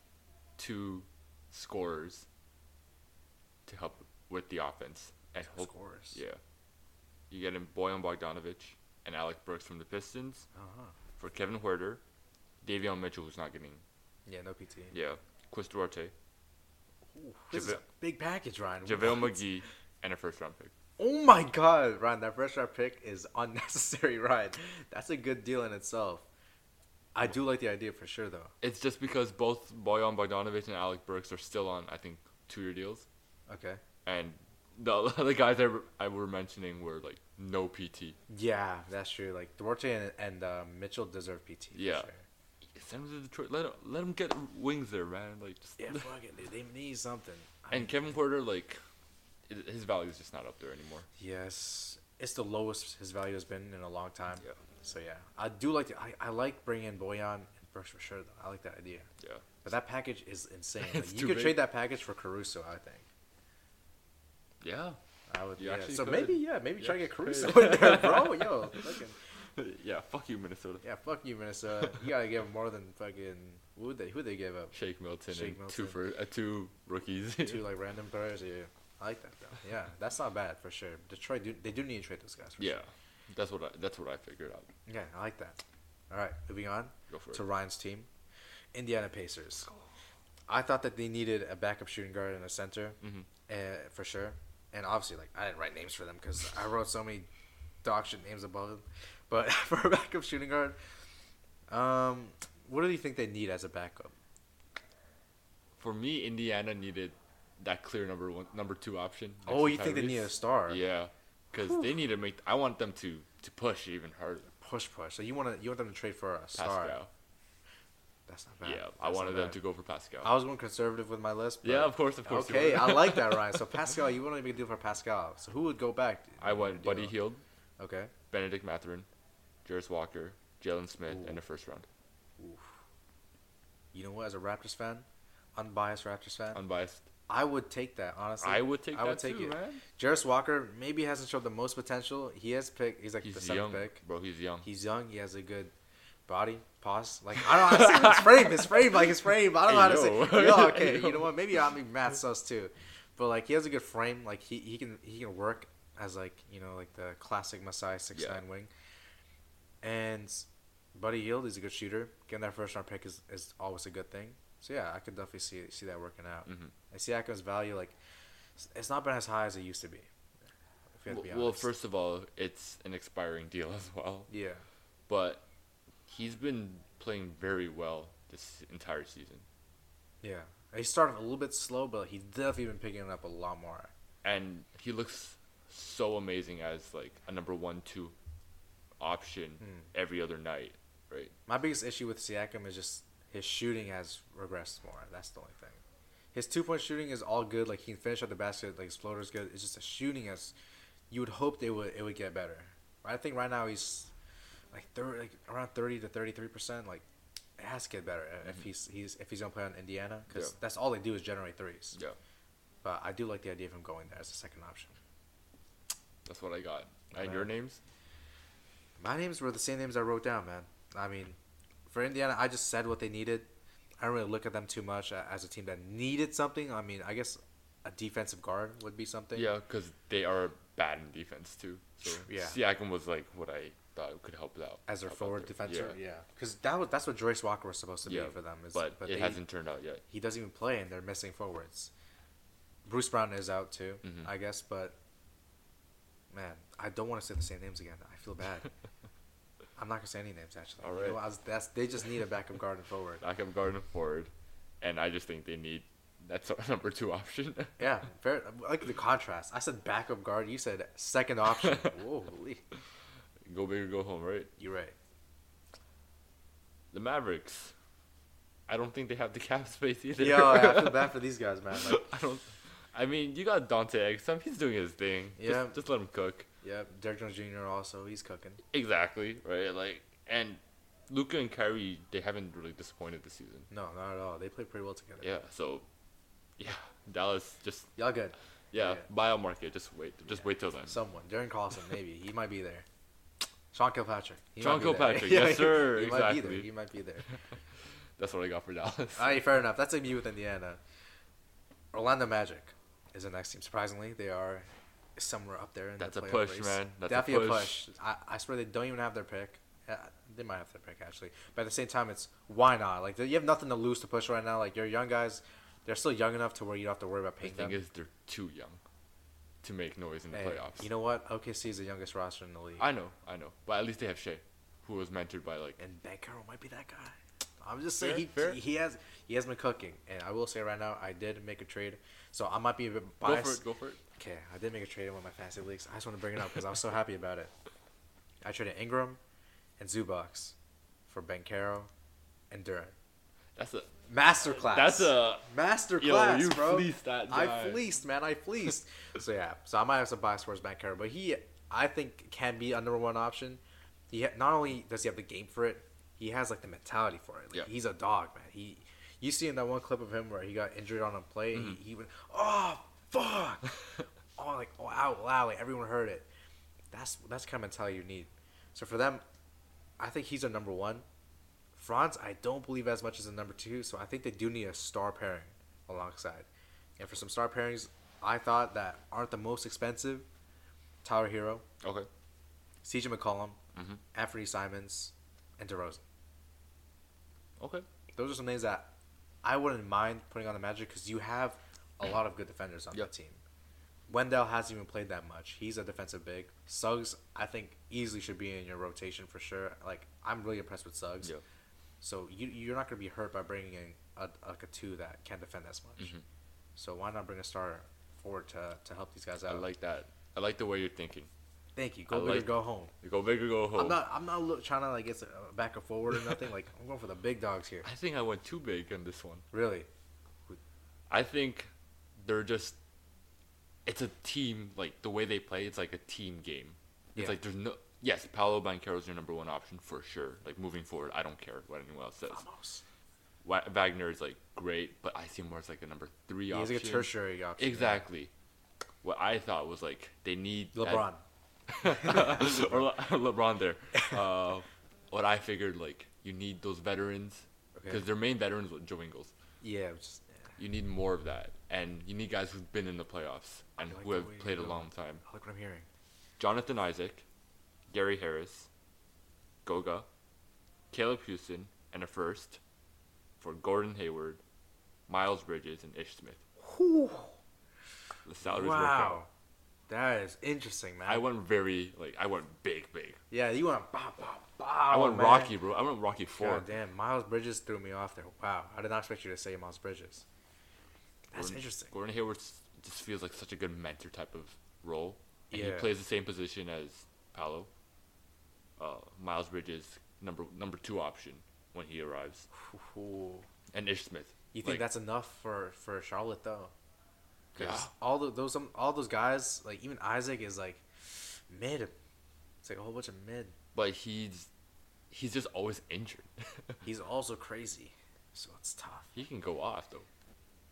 Speaker 1: two scorers to help with the offense and
Speaker 2: Two
Speaker 1: hope.
Speaker 2: Scores.
Speaker 1: Yeah, you get in Boyan Bogdanovich and Alec Brooks from the Pistons
Speaker 2: Uh-huh.
Speaker 1: for Kevin Huerter, Davion Mitchell who's not getting
Speaker 2: Yeah, no PT.
Speaker 1: yeah, Chris Duarte,
Speaker 2: Ooh, this is
Speaker 1: Javel-
Speaker 2: a big package, Ryan.
Speaker 1: JaVale
Speaker 2: What?
Speaker 1: McGee, and a first round pick.
Speaker 2: Oh my God, Ryan, that first round pick is unnecessary, Ryan. That's a good deal in itself. I do like the idea for sure, though.
Speaker 1: It's just because both Boyan Bogdanovich and Alec Brooks are still on I think two year deals,
Speaker 2: Okay.
Speaker 1: and the other guys I, I were mentioning were like no PT.
Speaker 2: Yeah, that's true. Like Duarte and, and uh, Mitchell deserve PT. for
Speaker 1: Yeah.
Speaker 2: sure.
Speaker 1: Send him to Detroit. Let him, let him get wings there, man. Like just
Speaker 2: Yeah, fuck it, dude. They need something. I-
Speaker 1: and Kevin Porter, like i- his value is just not up there anymore.
Speaker 2: yes, it's the lowest his value has been in a long time.
Speaker 1: Yeah.
Speaker 2: So yeah, I do like to, I, I like bringing in Boyan and Brooks for sure. Though. I like that idea.
Speaker 1: Yeah,
Speaker 2: But that package is insane. Like,
Speaker 1: It's
Speaker 2: you
Speaker 1: too
Speaker 2: could
Speaker 1: big.
Speaker 2: trade that package for Caruso, I think.
Speaker 1: yeah,
Speaker 2: I would.
Speaker 1: You
Speaker 2: yeah.
Speaker 1: actually
Speaker 2: So
Speaker 1: could.
Speaker 2: maybe yeah, maybe
Speaker 1: You
Speaker 2: try to get
Speaker 1: actually
Speaker 2: Caruso
Speaker 1: could.
Speaker 2: in there, bro. Yo, fucking,
Speaker 1: yeah. Fuck you, Minnesota.
Speaker 2: yeah, fuck you, Minnesota. You gotta give 'em more than fucking who they who they give up
Speaker 1: Shake Milton
Speaker 2: Shake
Speaker 1: and
Speaker 2: Milton.
Speaker 1: two for uh, two rookies.
Speaker 2: two like random players. Yeah, I like that though. Yeah, that's not bad for sure. Detroit, do, they do need to trade those guys. For
Speaker 1: yeah,
Speaker 2: sure.
Speaker 1: that's what I, that's what I figured out.
Speaker 2: yeah, I like that. All right, moving on
Speaker 1: Go for
Speaker 2: to
Speaker 1: it. Oh.
Speaker 2: Ryan's team, Indiana Pacers. I thought that they needed a backup shooting guard and a center.
Speaker 1: hmm
Speaker 2: uh, for sure. And obviously, like I didn't write names for them because I wrote so many dog shit names above them. But for a backup shooting guard, um, what do you think they need as a backup?
Speaker 1: For me, Indiana needed that clear number one, number two option. next
Speaker 2: oh,
Speaker 1: to
Speaker 2: you think they need a
Speaker 1: Tyrese.
Speaker 2: star?
Speaker 1: Yeah, because they need to make. I want them to to push even harder.
Speaker 2: Push, push. So you want to you want them to trade for a star?
Speaker 1: Pascal.
Speaker 2: That's not bad.
Speaker 1: Yeah,
Speaker 2: That's
Speaker 1: I
Speaker 2: not
Speaker 1: wanted them
Speaker 2: bad.
Speaker 1: to go for Pascal.
Speaker 2: I was going conservative with my list. But
Speaker 1: yeah, of course, of course. you
Speaker 2: Okay,
Speaker 1: were.
Speaker 2: I like that, Ryan. So Pascal, you want to make a deal for Pascal. So who would go back?
Speaker 1: I went
Speaker 2: Deal.
Speaker 1: Buddy Heald,
Speaker 2: Okay.
Speaker 1: Benedict Mathurin, Jairus Walker, Jalen Smith,
Speaker 2: Ooh.
Speaker 1: and the first round.
Speaker 2: You know what? As a Raptors fan, unbiased Raptors fan,
Speaker 1: Unbiased.
Speaker 2: I would take that honestly.
Speaker 1: I would take
Speaker 2: I
Speaker 1: that
Speaker 2: would take
Speaker 1: too,
Speaker 2: it.
Speaker 1: man.
Speaker 2: Jarvis Walker maybe hasn't showed the most potential. He has pick. He's like the
Speaker 1: He's
Speaker 2: seventh
Speaker 1: young,
Speaker 2: pick.
Speaker 1: bro. He's young.
Speaker 2: He's young. He has a good body, pause. Like I don't know how to say his frame. His frame, like his frame. I don't know how to
Speaker 1: Hey,
Speaker 2: say.
Speaker 1: yo.
Speaker 2: Yo, okay.
Speaker 1: Yo.
Speaker 2: You know what? Maybe I'm being mad sus too, but like he has a good frame. Like he, he can he can work as like you know like the classic Masai six
Speaker 1: Yeah.
Speaker 2: nine wing. And Buddy Hield is a good shooter. Getting that first round pick is, is always a good thing. So yeah, I could definitely see see that working out.
Speaker 1: Mhm.
Speaker 2: And Siakam's value, like, it's- it's not been as high as it used to be. If we have to be
Speaker 1: Well, well,
Speaker 2: honest.
Speaker 1: first of all, it's an expiring deal as well,
Speaker 2: yeah,
Speaker 1: but he's been playing very well this entire season,
Speaker 2: yeah. He started a little bit slow, but he's definitely been picking it up a lot more.
Speaker 1: and he looks so amazing as like a number one two option
Speaker 2: Hmm.
Speaker 1: every other night, right?
Speaker 2: My biggest issue with Siakam is just his shooting has regressed more. That's the only thing. His two point shooting is all good. Like he can finish at the basket. Like his floater's good. It's just the shooting is. You would hope they would it would get better. I think right now he's like thirty, like around thirty to thirty three percent. Like it has to get better if he's he's if he's gonna play on Indiana because
Speaker 1: Mm-hmm. Yeah.
Speaker 2: that's all they do is generate threes.
Speaker 1: Yeah,
Speaker 2: But I do like the idea of him going there as a second option.
Speaker 1: that's what I got. And
Speaker 2: Man.
Speaker 1: your names?
Speaker 2: My names were the same names I wrote down, man. I mean, for Indiana, I just said what they needed. I don't really look at them too much a- as a team that needed something. I mean, I guess a defensive guard would be something.
Speaker 1: Yeah, because they are bad in defense too. So
Speaker 2: Yeah.
Speaker 1: Siakam was like what I thought could help out
Speaker 2: As their
Speaker 1: help out
Speaker 2: forward
Speaker 1: there.
Speaker 2: defender, yeah, because that was, that's what Joyce Walker was supposed to
Speaker 1: Yeah,
Speaker 2: be for them. Is,
Speaker 1: but, it
Speaker 2: they-
Speaker 1: hasn't turned out yet.
Speaker 2: He doesn't even play, and they're missing forwards. Bruce Brown is out too,
Speaker 1: Mhm.
Speaker 2: I guess. But man, I don't want to say the same names again. I feel bad. I'm not gonna say any names actually.
Speaker 1: All
Speaker 2: You know
Speaker 1: right.
Speaker 2: what? I was- that's, they just need a backup guard and forward.
Speaker 1: Backup guard and forward, and I just think they need that's our number two option.
Speaker 2: Yeah, fair. I Like the contrast. I said backup guard. You said second option. Whoa, holy.
Speaker 1: go big or go home, right?
Speaker 2: You're right.
Speaker 1: The Mavericks. I don't think they have the cap space either.
Speaker 2: Yo, oh, I feel bad for these guys, man. Like,
Speaker 1: I don't. I mean, you got Dante Exum. He's doing his thing.
Speaker 2: Yeah.
Speaker 1: Just, just let him cook.
Speaker 2: yeah, Derek Jones Jr. Also, he's cooking.
Speaker 1: Exactly. Right. Like, and Luca and Kyrie, they haven't really disappointed this season.
Speaker 2: No, not at all. They play pretty well together.
Speaker 1: Yeah. So, yeah, Dallas just
Speaker 2: Y'all good.
Speaker 1: Yeah,
Speaker 2: Yeah.
Speaker 1: biomarker. Just wait. Just
Speaker 2: Yeah.
Speaker 1: wait till then.
Speaker 2: Someone, Darren Carlson, maybe he might be there. Sean Kilpatrick. He
Speaker 1: Sean
Speaker 2: might be there.
Speaker 1: Kilpatrick,
Speaker 2: Yeah,
Speaker 1: yes, sir,
Speaker 2: He might be there.
Speaker 1: exactly.
Speaker 2: He might be there.
Speaker 1: That's what I got for Dallas.
Speaker 2: All right, fair enough. That's a MU with Indiana. Orlando Magic is the next team. Surprisingly, they are somewhere up there in
Speaker 1: That's
Speaker 2: the
Speaker 1: a
Speaker 2: playoff
Speaker 1: push,
Speaker 2: race.
Speaker 1: man. That's a
Speaker 2: Definitely
Speaker 1: push.
Speaker 2: I, I swear they don't even have their pick. Uh, they might have their pick actually, but at the same time, it's why not? Like you have nothing to lose to push right now. Like your young guys, they're still young enough to where you don't have to worry about
Speaker 1: The
Speaker 2: paying
Speaker 1: thing
Speaker 2: them.
Speaker 1: is, they're too young to make noise in the
Speaker 2: Hey,
Speaker 1: playoffs.
Speaker 2: you know what? OKC is the youngest roster in the league,
Speaker 1: I know, I know, but at least they have Shea, who was mentored by like
Speaker 2: and Ben Carroll might be that guy. I'm just saying
Speaker 1: Fair, fair.
Speaker 2: he, he has he has been cooking, and I will say right now I did make a trade, so I might be a bit
Speaker 1: go
Speaker 2: biased.
Speaker 1: for it, go for it.
Speaker 2: Okay, I did make a trade in one of my fantasy leagues. I just want to bring it up because I was so happy about it. I traded Ingram and Zubox for Bankero and Durant.
Speaker 1: That's a
Speaker 2: Masterclass.
Speaker 1: that's a
Speaker 2: masterclass,
Speaker 1: yo. You
Speaker 2: bro.
Speaker 1: fleeced that.
Speaker 2: I
Speaker 1: guy.
Speaker 2: fleeced, man. I fleeced. so yeah, so I might have some bias towards Bankero, but he, I think, can be a number one option. He ha- not only does he have the game for it, he has like the mentality for it. Like,
Speaker 1: Yeah.
Speaker 2: he's a dog, man. He, you see in that one clip of him where he got injured on a play,
Speaker 1: Mm-hmm.
Speaker 2: and he, he went, oh fuck, oh like oh out loud, like everyone heard it. That's that's the kind of mentality you need. So for them, I think he's a number one. Franz, I don't believe as much as a number two, so I think they do need a star pairing alongside. And for some star pairings, I thought that aren't the most expensive: Tyler Hero,
Speaker 1: Okay,
Speaker 2: C.J. McCollum,
Speaker 1: Mhm.
Speaker 2: Anthony Simons, and DeRozan.
Speaker 1: okay.
Speaker 2: Those are some names that I wouldn't mind putting on the Magic because you have a lot of good defenders on
Speaker 1: Yep.
Speaker 2: that team. Wendell hasn't even played that much. He's a defensive big. Suggs, I think, easily should be in your rotation for sure. Like, I'm really impressed with Suggs.
Speaker 1: Yeah.
Speaker 2: So you you're not going to be hurt by bringing in a, like a two that can't defend as much.
Speaker 1: Mm-hmm.
Speaker 2: So why not bring a starter forward to, to help these guys
Speaker 1: I
Speaker 2: out?
Speaker 1: like that. I like the way you're thinking.
Speaker 2: Thank you. Go
Speaker 1: I
Speaker 2: big or
Speaker 1: like- Oh.
Speaker 2: go home.
Speaker 1: You go big or go home.
Speaker 2: I'm not I'm not look, trying to like get uh, back or forward or nothing. like I'm going for the big dogs here.
Speaker 1: I think I went too big on this one.
Speaker 2: Really.
Speaker 1: I think they're just. It's a team like the way they play. It's like a team game. It's
Speaker 2: Yeah.
Speaker 1: like there's no. Yes, Paolo Banquero is your number one option for sure. Like moving forward, I don't care what anyone else says.
Speaker 2: Vamos.
Speaker 1: Wa- Wagner is like great, but I see him more as like a number three
Speaker 2: Yeah, he's
Speaker 1: option.
Speaker 2: like a tertiary option. yeah.
Speaker 1: Exactly. What I thought was like they need that-
Speaker 2: LeBron.
Speaker 1: or Le- LeBron there. Uh, what I figured like you need those veterans
Speaker 2: Okay.
Speaker 1: because their main veterans was Joe Ingles.
Speaker 2: Yeah. Just, yeah.
Speaker 1: You need more of that, and you need guys who've been in the playoffs and
Speaker 2: like
Speaker 1: who
Speaker 2: the
Speaker 1: have
Speaker 2: way you
Speaker 1: played a
Speaker 2: go.
Speaker 1: long time.
Speaker 2: I like what I'm hearing.
Speaker 1: Jonathan Isaac, Gary Harris, Goga, Caleb Houston, and a first for Gordon Hayward, Miles Bridges, and Ish Smith. The salaries work out.
Speaker 2: Wow. That is interesting, man.
Speaker 1: I went very like I went big, big.
Speaker 2: yeah, you want bow, bow, bow.
Speaker 1: I went
Speaker 2: Oh, man.
Speaker 1: Rocky, bro. I went Rocky Four.
Speaker 2: God damn, Miles Bridges threw me off there. Wow, I did not expect you to say Miles Bridges. That's
Speaker 1: Gordon-
Speaker 2: interesting.
Speaker 1: Gordon Hayward s- just feels like such a good mentor type of role. And He
Speaker 2: Yeah.
Speaker 1: plays the same position as Paolo. Uh, Miles Bridges number number two option when he arrives,
Speaker 2: Ooh.
Speaker 1: and Ish Smith.
Speaker 2: You think
Speaker 1: Like,
Speaker 2: that's enough for for Charlotte though? 'Cause
Speaker 1: Yeah.
Speaker 2: all the, those some, all those guys, like even Isaac is like mid. It's like a whole bunch of mid.
Speaker 1: but he's he's just always injured.
Speaker 2: He's also crazy, so it's tough.
Speaker 1: he can go off though.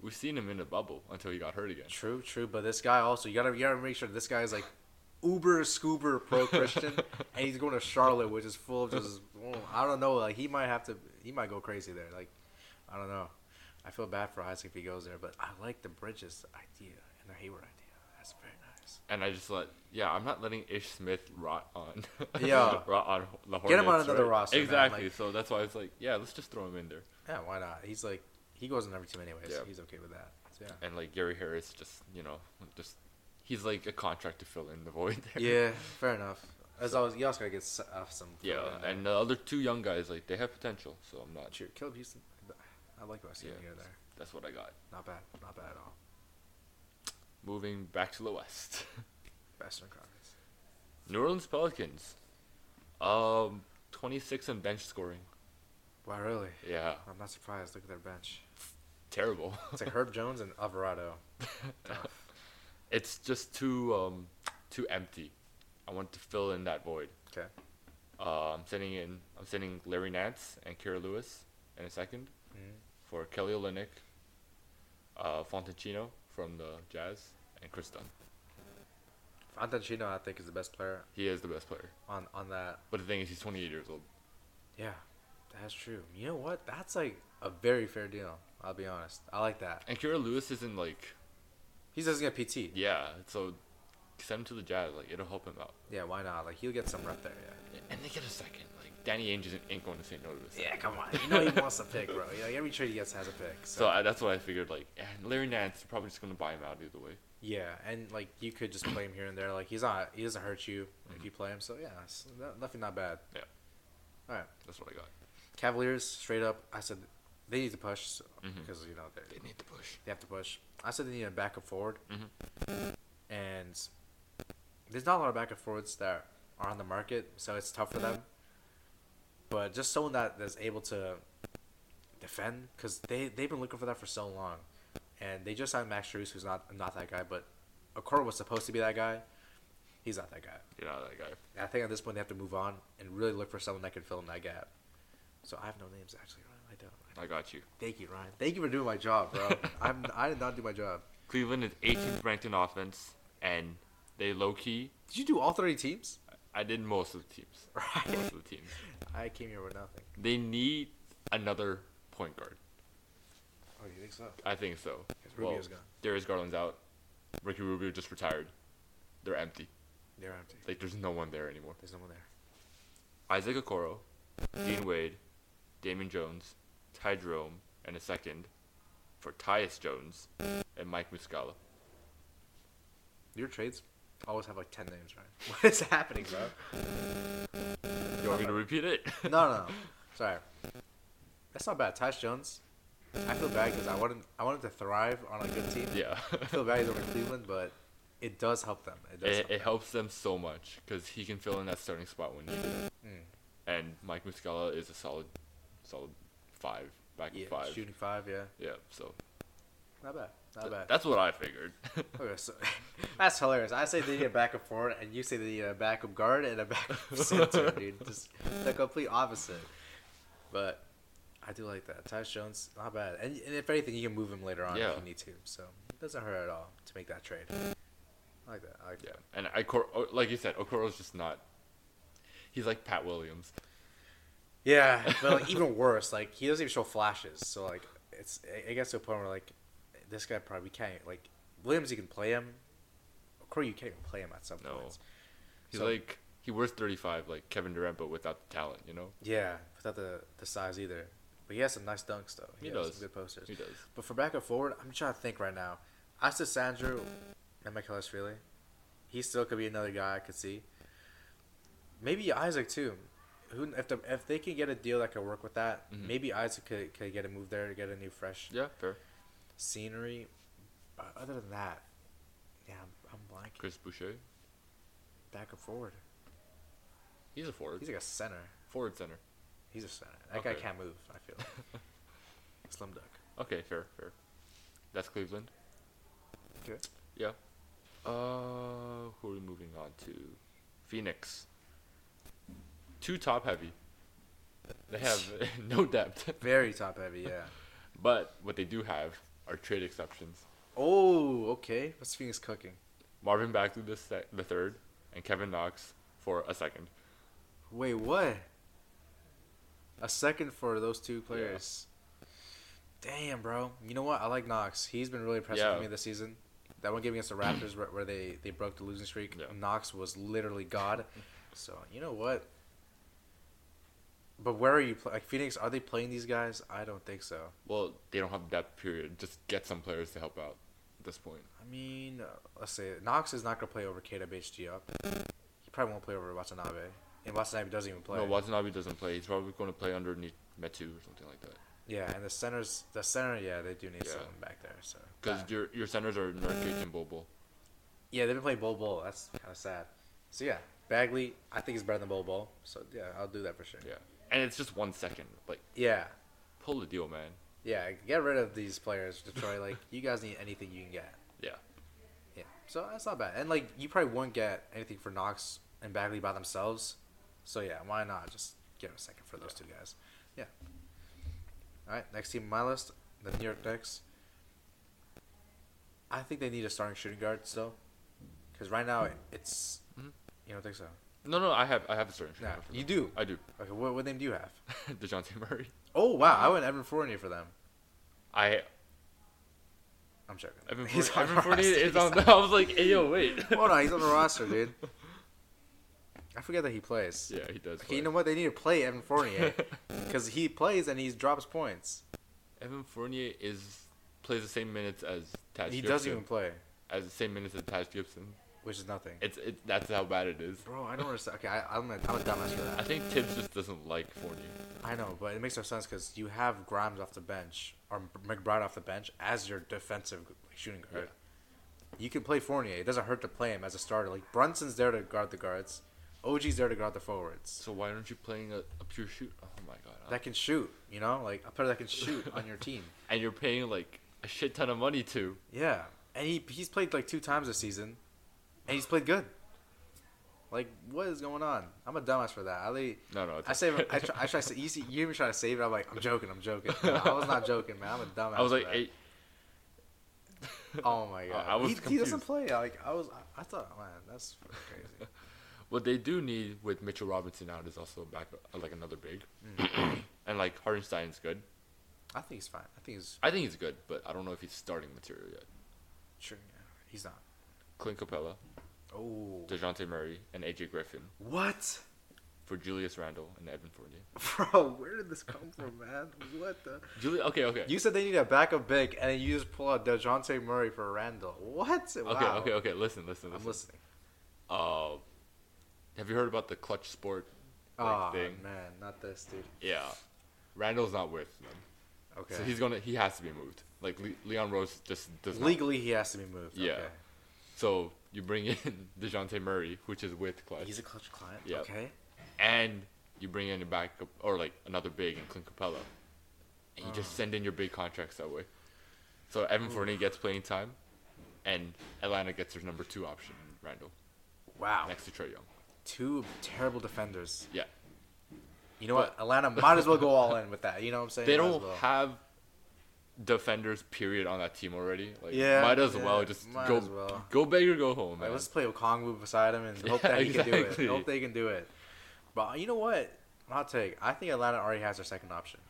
Speaker 1: We've seen him in the bubble until he got hurt again.
Speaker 2: True, true. But this guy also, you gotta, you gotta make sure this guy is like uber scuba pro Christian, and he's going to Charlotte, which is full of just, oh, I don't know. Like he might have to, he might go crazy there. Like, I don't know. I feel bad for Isaac if he goes there, but I like the Bridges idea and the Hayward idea. That's very nice.
Speaker 1: And I just let yeah, I'm not letting Ish Smith rot on.
Speaker 2: Yeah.
Speaker 1: rot on the Hornets,
Speaker 2: Get him on another
Speaker 1: right?
Speaker 2: roster, man,
Speaker 1: Exactly.
Speaker 2: like-
Speaker 1: so that's why it's like yeah, let's just throw him in there.
Speaker 2: Yeah, why not? He's like, he goes in every team anyways.
Speaker 1: Yeah.
Speaker 2: He's okay with that. So, yeah.
Speaker 1: and like Gary Harris just you know just he's like a contract to fill in the void there.
Speaker 2: Yeah, fair enough. As always, you also gotta get s- uh, some.
Speaker 1: Yeah, and the other two young guys like they have potential, so I'm not
Speaker 2: True. Caleb Houston. I like what I see
Speaker 1: Yeah.
Speaker 2: here there.
Speaker 1: That's what I got.
Speaker 2: Not bad. Not bad at all.
Speaker 1: Moving back to the West,
Speaker 2: Western Conference.
Speaker 1: New Orleans Pelicans, um, 26 in bench scoring.
Speaker 2: Wow, really?
Speaker 1: Yeah,
Speaker 2: I'm not surprised. Look at their bench.
Speaker 1: terrible.
Speaker 2: It's like Herb Jones and Alvarado.
Speaker 1: It's just too um too empty. I want to fill in that void.
Speaker 2: Okay.
Speaker 1: Uh, I'm sending in I'm sending Larry Nance and Kira Lewis in a second.
Speaker 2: Mm-hmm.
Speaker 1: for Kelly Olynyk, uh, Fontecchino from the Jazz, and Chris Dunn.
Speaker 2: Fantancino, I think, is the best player
Speaker 1: He is the best player.
Speaker 2: on on that.
Speaker 1: But the thing is, he's 28 years old.
Speaker 2: Yeah, that's true. You know what? That's like a very fair deal. I'll be honest. I like that.
Speaker 1: And Kira Lewis isn't like,
Speaker 2: He doesn't get PT.
Speaker 1: yeah, so send him to the Jazz. Like, it'll help him out.
Speaker 2: Yeah, why not? Like he'll get some rep there. Yeah.
Speaker 1: And they get a second. Like, Danny Ainge isn't, ain't going to say no to this.
Speaker 2: Yeah, come on. You know he wants a pick, bro. You know, every trade he gets has a pick.
Speaker 1: So
Speaker 2: So,
Speaker 1: I, that's what I figured. Like, and Larry Nance is probably just going to buy him out either way.
Speaker 2: yeah, and like you could just play him here and there. Like he's not, he doesn't hurt you if you play him. So yeah, it's no- nothing not bad.
Speaker 1: Yeah.
Speaker 2: All right,
Speaker 1: That's what I got.
Speaker 2: Cavaliers straight up. I said they need to push so,
Speaker 1: Mhm.
Speaker 2: because you know they
Speaker 1: They need to push.
Speaker 2: they have to push. I said they need a backup forward,
Speaker 1: Mhm.
Speaker 2: and there's not a lot of backup forwards that are on the market, so it's tough for them. But just someone that that's able to defend, because they they've been looking for that for so long, and they just signed Max Struess, who's not not that guy, but Okoro was supposed to be that guy. He's not that guy.
Speaker 1: You're not that guy.
Speaker 2: And I think at this point they have to move on and really look for someone that can fill in that gap. So I have no names actually. Ryan. I don't.
Speaker 1: I got you.
Speaker 2: Thank you, Ryan. Thank you for doing my job, bro. I'm, I did not do my job.
Speaker 1: Cleveland is 18th ranked in offense, and they low key.
Speaker 2: Did you do all 30 teams?
Speaker 1: I did most of the teams.
Speaker 2: Right.
Speaker 1: Most of the teams.
Speaker 2: I came here with nothing.
Speaker 1: They need another point guard.
Speaker 2: Oh, you think so?
Speaker 1: I think so.
Speaker 2: Because Rubio's gone.
Speaker 1: Darius Garland's out. Ricky Rubio just retired. They're empty.
Speaker 2: They're empty.
Speaker 1: Like there's no one there anymore.
Speaker 2: There's no one there.
Speaker 1: Isaac Okoro, Dean Wade, Damon Jones, Ty Jerome, and a second for Tyus Jones and Mike Muscala.
Speaker 2: Your trades always have like 10 names, Ryan. What is happening, bro?
Speaker 1: You want me to repeat it?
Speaker 2: No, no, no. Sorry. That's not bad. Tysh Jones. I feel bad because I wanted, I wanted to thrive on a good team.
Speaker 1: yeah.
Speaker 2: I feel bad he's over in Cleveland, but it does help them. It does
Speaker 1: It,
Speaker 2: help
Speaker 1: it
Speaker 2: them.
Speaker 1: helps them so much because he can fill in that starting spot when needed.
Speaker 2: Mm.
Speaker 1: And Mike Muscala is a solid, solid five back
Speaker 2: Yeah,
Speaker 1: in five.
Speaker 2: shooting five, yeah.
Speaker 1: Yeah, so
Speaker 2: Not bad. Not
Speaker 1: th-
Speaker 2: bad.
Speaker 1: that's what I figured.
Speaker 2: Okay, so that's hilarious. I say they need a backup forward, and you say they need a backup guard and a backup center, dude. Just the complete opposite. But I do like that. Tyus Jones, not bad. And, and if anything, you can move him later on
Speaker 1: Yeah.
Speaker 2: if you need to. So it doesn't hurt at all to make that trade. I like that. I like
Speaker 1: yeah,
Speaker 2: that.
Speaker 1: and I Cor- oh, like you said, Okoro's just not. He's like Pat Williams.
Speaker 2: Yeah, but like, even worse, like he doesn't even show flashes. So like it's it, it gets to a point where like this guy probably can't like Williams. You can play him. Of course, you can't even play him at some
Speaker 1: No.
Speaker 2: points.
Speaker 1: He's
Speaker 2: So-
Speaker 1: like he wears 35 like Kevin Durant, but without the talent. You know,
Speaker 2: Yeah, without the, the size either. But he has some nice dunks though.
Speaker 1: He
Speaker 2: has
Speaker 1: does.
Speaker 2: Some good posters.
Speaker 1: he does.
Speaker 2: But for back and forward, I'm trying to think right now. I said Sandro and Michaelis really. He still could be another guy I could see. Maybe Isaac too. Who if the, if they can get a deal that could work with that,
Speaker 1: Mhm.
Speaker 2: maybe Isaac could, could get a move there to get a new fresh
Speaker 1: Yeah, fair.
Speaker 2: scenery. But other than that, yeah, I'm, I'm blanking.
Speaker 1: Chris Boucher,
Speaker 2: Back and forward.
Speaker 1: he's a forward,
Speaker 2: He's like a center.
Speaker 1: forward center.
Speaker 2: He's a center. That guy
Speaker 1: Okay.
Speaker 2: can't move. I feel. Slim duck.
Speaker 1: Okay, fair, fair. That's Cleveland.
Speaker 2: Okay.
Speaker 1: Yeah. Uh, who are we moving on to? Phoenix. Too top heavy. They have no depth,
Speaker 2: Very top heavy, yeah.
Speaker 1: but what they do have are trade exceptions.
Speaker 2: oh, okay. What's Phoenix cooking?
Speaker 1: Marvin Bagley the sec- the third, and Kevin Knox for a second.
Speaker 2: Wait, what? A second for those two players. Damn, bro. You know what? I like Knox. He's been really impressive
Speaker 1: Yeah.
Speaker 2: for me this season. That one game against the Raptors where, where they, they broke the losing streak,
Speaker 1: Yeah.
Speaker 2: Knox was literally God. so, you know what? But where are you? Pl- like, Phoenix, are they playing these guys? I don't think so.
Speaker 1: Well, they don't have depth. Period. Just get some players to help out. At this point,
Speaker 2: I mean, uh, let's say it. Knox is not going to play over Kata BHG up. He probably won't play over Watanabe. And Watanabe doesn't even play.
Speaker 1: no Watanabe doesn't play. He's probably going to play underneath Metu or something like that.
Speaker 2: yeah, and the centers, the center, yeah, they do need
Speaker 1: Yeah.
Speaker 2: someone back there. So
Speaker 1: Because
Speaker 2: That-
Speaker 1: your your centers are Nurkic and Bobo.
Speaker 2: yeah, they've been playing Bol Bol. That's kind of sad. So yeah, Bagley, I think he's better than Bol Bol. So yeah, I'll do that for sure.
Speaker 1: Yeah, and it's just one second. Like
Speaker 2: Yeah,
Speaker 1: pull the deal, man.
Speaker 2: yeah, get rid of these players, Detroit. like you guys need anything you can get.
Speaker 1: Yeah.
Speaker 2: Yeah, so that's not bad. And like you probably won't get anything for Knox and Bagley by themselves. So yeah, why not just get a second for those two guys? Yeah. All right, next team on my list, the New York Knicks. I think they need a starting shooting guard still, because right now it's
Speaker 1: Mhm.
Speaker 2: you don't think so.
Speaker 1: No, no, I have I have a certain shooting
Speaker 2: No,
Speaker 1: guard for
Speaker 2: you
Speaker 1: them.
Speaker 2: do.
Speaker 1: I do.
Speaker 2: Okay, what, what name do you have?
Speaker 1: Dejounte Murray.
Speaker 2: Oh wow, I went Evan Fournier for them.
Speaker 1: I
Speaker 2: I'm joking.
Speaker 1: Evan,
Speaker 2: He's
Speaker 1: Fournier, Evan
Speaker 2: on the
Speaker 1: Fournier
Speaker 2: roster.
Speaker 1: is on. The, I was like, hey, yo, wait.
Speaker 2: Hold on, he's on the roster, dude. I forget that he plays.
Speaker 1: Yeah, he does.
Speaker 2: Okay,
Speaker 1: play.
Speaker 2: you know what? They need to play Evan Fournier because he plays and he drops points.
Speaker 1: Evan Fournier is plays the same minutes as Taj
Speaker 2: He
Speaker 1: Gibson.
Speaker 2: doesn't even play,
Speaker 1: as the same minutes as Taj Gibson.
Speaker 2: which is nothing.
Speaker 1: It's it, that's how bad it is.
Speaker 2: Bro, I don't understand. Okay, I, I'm, a, I'm a dumbass for
Speaker 1: I
Speaker 2: that.
Speaker 1: think Tibbs just doesn't like Fournier.
Speaker 2: I know, but it makes no sense because you have Grimes off the bench or McBride off the bench as your defensive like, shooting guard. You can play Fournier. It doesn't hurt to play him as a starter. Like Brunson's there to guard the guards. OG's there to guard the forwards.
Speaker 1: So why aren't you playing a, a pure shoot? Oh my god.
Speaker 2: That can shoot, you know, like a player that can shoot on your team.
Speaker 1: and you're paying like a shit ton of money to.
Speaker 2: Yeah, and he he's played like two times this season, and he's played good. Like, what is going on? I'm a dumbass for that. I like,
Speaker 1: No, no. It's
Speaker 2: I save. I try. I try to. You see, you hear me try to save it. I'm like, I'm joking. I'm joking. No, I was not joking, man. I'm a dumbass.
Speaker 1: I was
Speaker 2: for
Speaker 1: like,
Speaker 2: that.
Speaker 1: hey,
Speaker 2: oh my god.
Speaker 1: I was
Speaker 2: he, he doesn't
Speaker 1: confused.
Speaker 2: play. Like, I was. I, I thought, oh, man, that's fucking crazy.
Speaker 1: what they do need with Mitchell Robinson out is also back uh, like another big,
Speaker 2: Mm.
Speaker 1: and like Hardenstein's good.
Speaker 2: I think he's fine. I think he's.
Speaker 1: I think he's good, but I don't know if he's starting material yet.
Speaker 2: Sure, yeah, he's not.
Speaker 1: Clint Capella,
Speaker 2: Oh.
Speaker 1: Dejounte Murray, and AJ Griffin
Speaker 2: What,
Speaker 1: for Julius Randle and Evan Fournier.
Speaker 2: bro? Where did this come from, man? What the?
Speaker 1: Julie, okay, okay.
Speaker 2: You said they need a backup big, and then you just pull out Dejounte Murray for Randall. What?
Speaker 1: Okay, okay, okay. Listen, listen,
Speaker 2: I'm
Speaker 1: listen.
Speaker 2: listening.
Speaker 1: Uh, have you heard about the clutch sport like,
Speaker 2: Oh
Speaker 1: thing?
Speaker 2: man, not this dude.
Speaker 1: Yeah, Randall's not with them,
Speaker 2: Okay.
Speaker 1: so he's gonna he has to be moved. Like Le- Leon Rose just does not.
Speaker 2: Legally, he has to be moved.
Speaker 1: Yeah.
Speaker 2: Okay.
Speaker 1: So you bring in Dejounte Murray, which is with clutch,
Speaker 2: He's a clutch client.
Speaker 1: Yep.
Speaker 2: Okay.
Speaker 1: and you bring in a backup or like another big in Clint Capella, and you
Speaker 2: Ah.
Speaker 1: just send in your big contracts that way. So Evan
Speaker 2: Hmm.
Speaker 1: Fournier gets playing time, and Atlanta gets their number two option, Randall,
Speaker 2: Wow.
Speaker 1: next to Trey Young.
Speaker 2: Two terrible defenders.
Speaker 1: Yeah,
Speaker 2: You know what? Atlanta might as well go all in with that. You know what I'm saying?
Speaker 1: they
Speaker 2: Might as
Speaker 1: don't
Speaker 2: well.
Speaker 1: have defenders period on that team already. Like
Speaker 2: Yeah,
Speaker 1: might as
Speaker 2: yeah,
Speaker 1: well just
Speaker 2: might
Speaker 1: go
Speaker 2: as well.
Speaker 1: go big or go home,
Speaker 2: Like,
Speaker 1: man.
Speaker 2: let's play Okongwu beside him and hope
Speaker 1: Yeah,
Speaker 2: that he can do
Speaker 1: exactly.
Speaker 2: it. Hope they can do it. But you know what? Hot take. I think Atlanta already has their second option.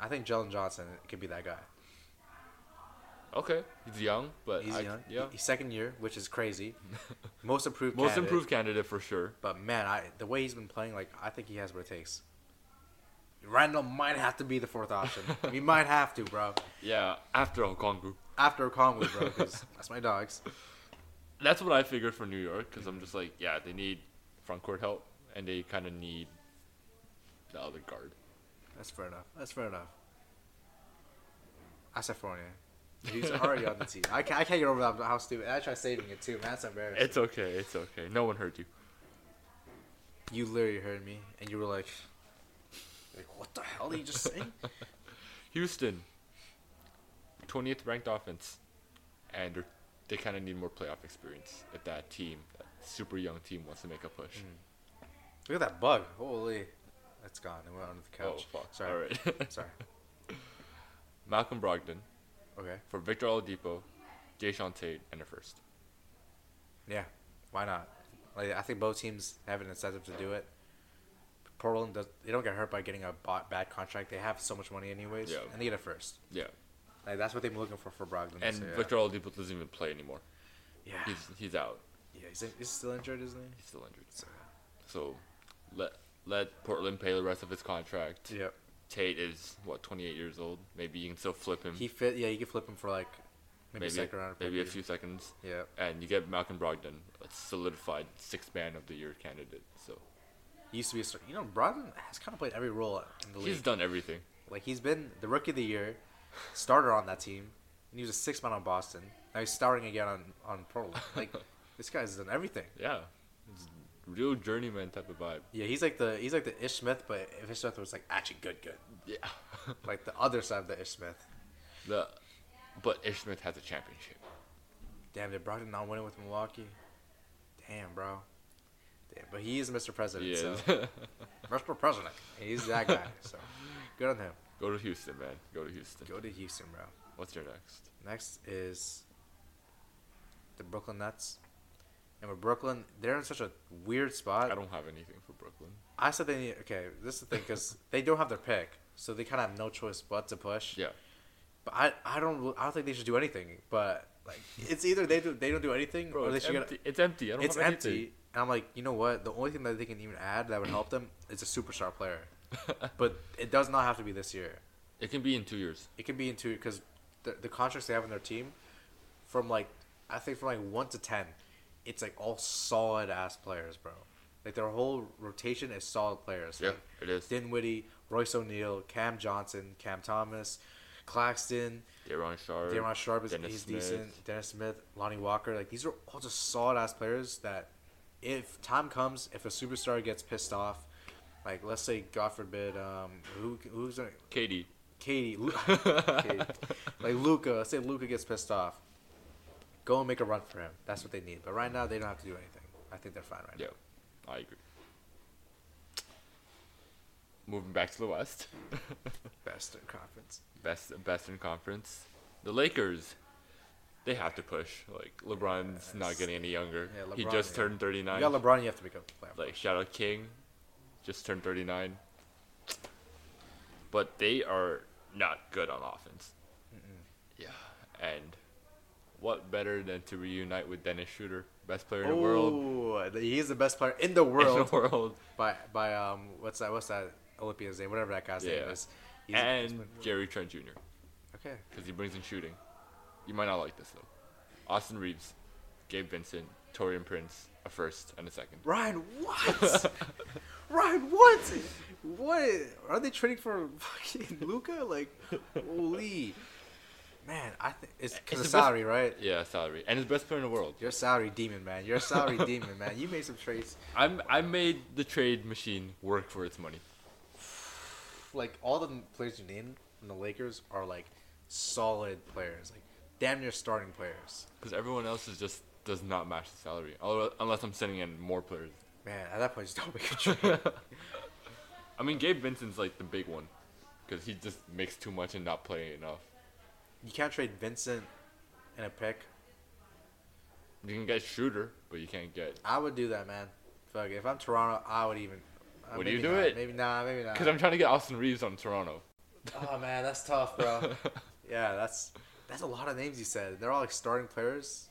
Speaker 2: I think Jalen Johnson could be that guy.
Speaker 1: okay, he's young, but
Speaker 2: He's
Speaker 1: I,
Speaker 2: young.
Speaker 1: yeah,
Speaker 2: He's second year, which is crazy. Most improved.
Speaker 1: most
Speaker 2: candidate.
Speaker 1: improved candidate for sure.
Speaker 2: But man, I the way he's been playing, like I think he has what it takes. Randall might have to be the fourth option. we might have to, bro.
Speaker 1: Yeah, after Okongwu.
Speaker 2: After Conway, bro, because that's my dogs.
Speaker 1: That's what I figured for New York because I'm just like, yeah, they need front court help and they kind of need the other guard.
Speaker 2: That's fair enough. That's fair enough. I said Fournier. He's already on the team. I can't, I can't get over that. How stupid! I tried saving it too, man. That's embarrassing.
Speaker 1: It's okay, it's okay. No one heard you.
Speaker 2: you literally heard me, and you were like, like "What the hell are you just saying?"
Speaker 1: Houston, 20th ranked offense, and they're- they kind of need more playoff experience if that team, that super young team, wants to make a push.
Speaker 2: Mm. Look at that bug. Holy, that's gone. It went under the couch.
Speaker 1: Oh fuck!
Speaker 2: Sorry.
Speaker 1: All right.
Speaker 2: Sorry.
Speaker 1: Malcolm Brogdon
Speaker 2: Okay.
Speaker 1: for Victor Oladipo, Jayshawn Tate, and a first.
Speaker 2: Yeah, why not? Like, I think both teams have an incentive to do it. Portland does. They don't get hurt by getting a bo- bad contract. They have so much money anyways,
Speaker 1: Yeah.
Speaker 2: and they get it first.
Speaker 1: Yeah,
Speaker 2: Like that's what they're looking for for Brogdon.
Speaker 1: and
Speaker 2: so, yeah.
Speaker 1: Victor Oladipo doesn't even play anymore.
Speaker 2: Yeah,
Speaker 1: He's he's out.
Speaker 2: yeah. He's, he's still injured, isn't he?
Speaker 1: He's still injured.
Speaker 2: So,
Speaker 1: So let let Portland pay the rest of his contract.
Speaker 2: yeah.
Speaker 1: Tate is what 28 years old. Maybe you can still flip him.
Speaker 2: He fit. Yeah, you can flip him for like maybe, a
Speaker 1: maybe
Speaker 2: second round.
Speaker 1: maybe a
Speaker 2: preview.
Speaker 1: few seconds.
Speaker 2: Yeah.
Speaker 1: and you get Malcolm Brogdon, a solidified sixth man of the year candidate. So
Speaker 2: He used to be a. start- You know, Brogdon has kind of played every role in the
Speaker 1: he's
Speaker 2: league.
Speaker 1: done everything.
Speaker 2: Like he's been the rookie of the year, starter on that team, and he was a six man on Boston. Now he's starting again on on Portland. Like this guy's done everything.
Speaker 1: Yeah, It's real journeyman type of vibe.
Speaker 2: Yeah, he's like the he's like the Ish Smith, but if Ish Smith was like actually good, good,
Speaker 1: Yeah,
Speaker 2: like the other side of the Ish Smith.
Speaker 1: the but Ish Smith has a championship.
Speaker 2: Damn, did Brogdon not win it with Milwaukee? Damn, bro. Damn, but uh, he is Mr. President.
Speaker 1: He
Speaker 2: So.
Speaker 1: is.
Speaker 2: Mr. President, he's that guy. So good on him.
Speaker 1: Go to Houston, man. Go to Houston.
Speaker 2: Go to Houston, bro.
Speaker 1: What's your next?
Speaker 2: Next is the Brooklyn Nets. And with Brooklyn, they're in such a weird spot.
Speaker 1: I don't have anything for Brooklyn.
Speaker 2: I said they need. Okay, this is the thing because they don't have their pick, so they kind of have no choice but to push.
Speaker 1: Yeah.
Speaker 2: But I, I don't, I don't think they should do anything. But like, it's either they do, they don't do anything,
Speaker 1: Bro,
Speaker 2: or they
Speaker 1: it's,
Speaker 2: should.
Speaker 1: empty.
Speaker 2: Get,
Speaker 1: it's empty. I don't
Speaker 2: it's
Speaker 1: have
Speaker 2: empty. And I'm like, you know what? The only thing that they can even add that would help them is a superstar player.
Speaker 1: anything.
Speaker 2: But it does not have to be this year.
Speaker 1: it can be in two years.
Speaker 2: It can be in two because the, the contracts they have in their team, from like, I think from like one to ten, it's like all solid ass players, bro. Like their whole rotation is solid players.
Speaker 1: Yeah,
Speaker 2: Like,
Speaker 1: it is.
Speaker 2: Dinwiddie, Royce O'Neal, Cam Johnson, Cam Thomas, Claxton,
Speaker 1: Deron Sharp.
Speaker 2: Daron Sharp is
Speaker 1: Dennis
Speaker 2: he's
Speaker 1: Smith.
Speaker 2: decent. Dennis Smith, Lonnie Walker, like these are all just solid ass players that if time comes, if a superstar gets pissed off, like let's say God forbid, um, who who's gonna-
Speaker 1: Katie.
Speaker 2: Katie, Lu- Katie. like Luca, let's say Luca gets pissed off, go and make a run for him. That's what they need. But right now they don't have to do anything. I think they're fine right
Speaker 1: Yeah, I agree. Moving back to the West,
Speaker 2: now. Best in conference.
Speaker 1: best best in conference, the Lakers. They have to push. Like LeBron's not
Speaker 2: Yes.
Speaker 1: getting any younger.
Speaker 2: Yeah,
Speaker 1: he
Speaker 2: LeBron,
Speaker 1: just
Speaker 2: yeah.
Speaker 1: turned thirty
Speaker 2: You
Speaker 1: nine.
Speaker 2: got LeBron. You have to make a playoff.
Speaker 1: like shout out King, just turned thirty nine. But they are not good on offense. Yeah, and what better than to reunite with Dennis Schroeder, best player in the world,
Speaker 2: Oh, he is the best player in the
Speaker 1: in the
Speaker 2: world.
Speaker 1: world,
Speaker 2: by by um what's that what's that Olympian's name whatever that guy's name
Speaker 1: Yeah.
Speaker 2: is. He's-
Speaker 1: and Jerry Trent Jr.
Speaker 2: okay,
Speaker 1: because he brings in shooting. You might not like this though. Austin Reeves, Gabe Vincent, Torian Prince, a first and a second.
Speaker 2: Ryan, what? Ryan, what? What are they trading for? Fucking Luca? Like, holy man! I think it's
Speaker 1: It's
Speaker 2: because
Speaker 1: the
Speaker 2: of
Speaker 1: best-
Speaker 2: salary, right?
Speaker 1: Yeah, salary and his best player in the world.
Speaker 2: You're a salary demon, man. You're a salary demon, man. You made some trades.
Speaker 1: I'm I made the trade machine work for its money.
Speaker 2: Like all the players you named from the Lakers are like solid players, like damn near starting players.
Speaker 1: because everyone else is just does not match the salary Although- unless I'm sending in more players.
Speaker 2: Man, at that point, just don't make a trade.
Speaker 1: I mean, Gabe Vincent's like the big one because he just makes too much and not playing enough.
Speaker 2: you can't trade Vincent and a pick.
Speaker 1: You can get shooter, but you can't get
Speaker 2: I would do that, man. Fuck, if I'm Toronto, I would even. Uh,
Speaker 1: Would you
Speaker 2: maybe
Speaker 1: do
Speaker 2: not.
Speaker 1: it?
Speaker 2: Maybe nah, maybe not.
Speaker 1: because I'm trying to get Austin Reeves on Toronto.
Speaker 2: Oh man, that's tough, bro. yeah, that's that's a lot of names you said. They're all like starting players.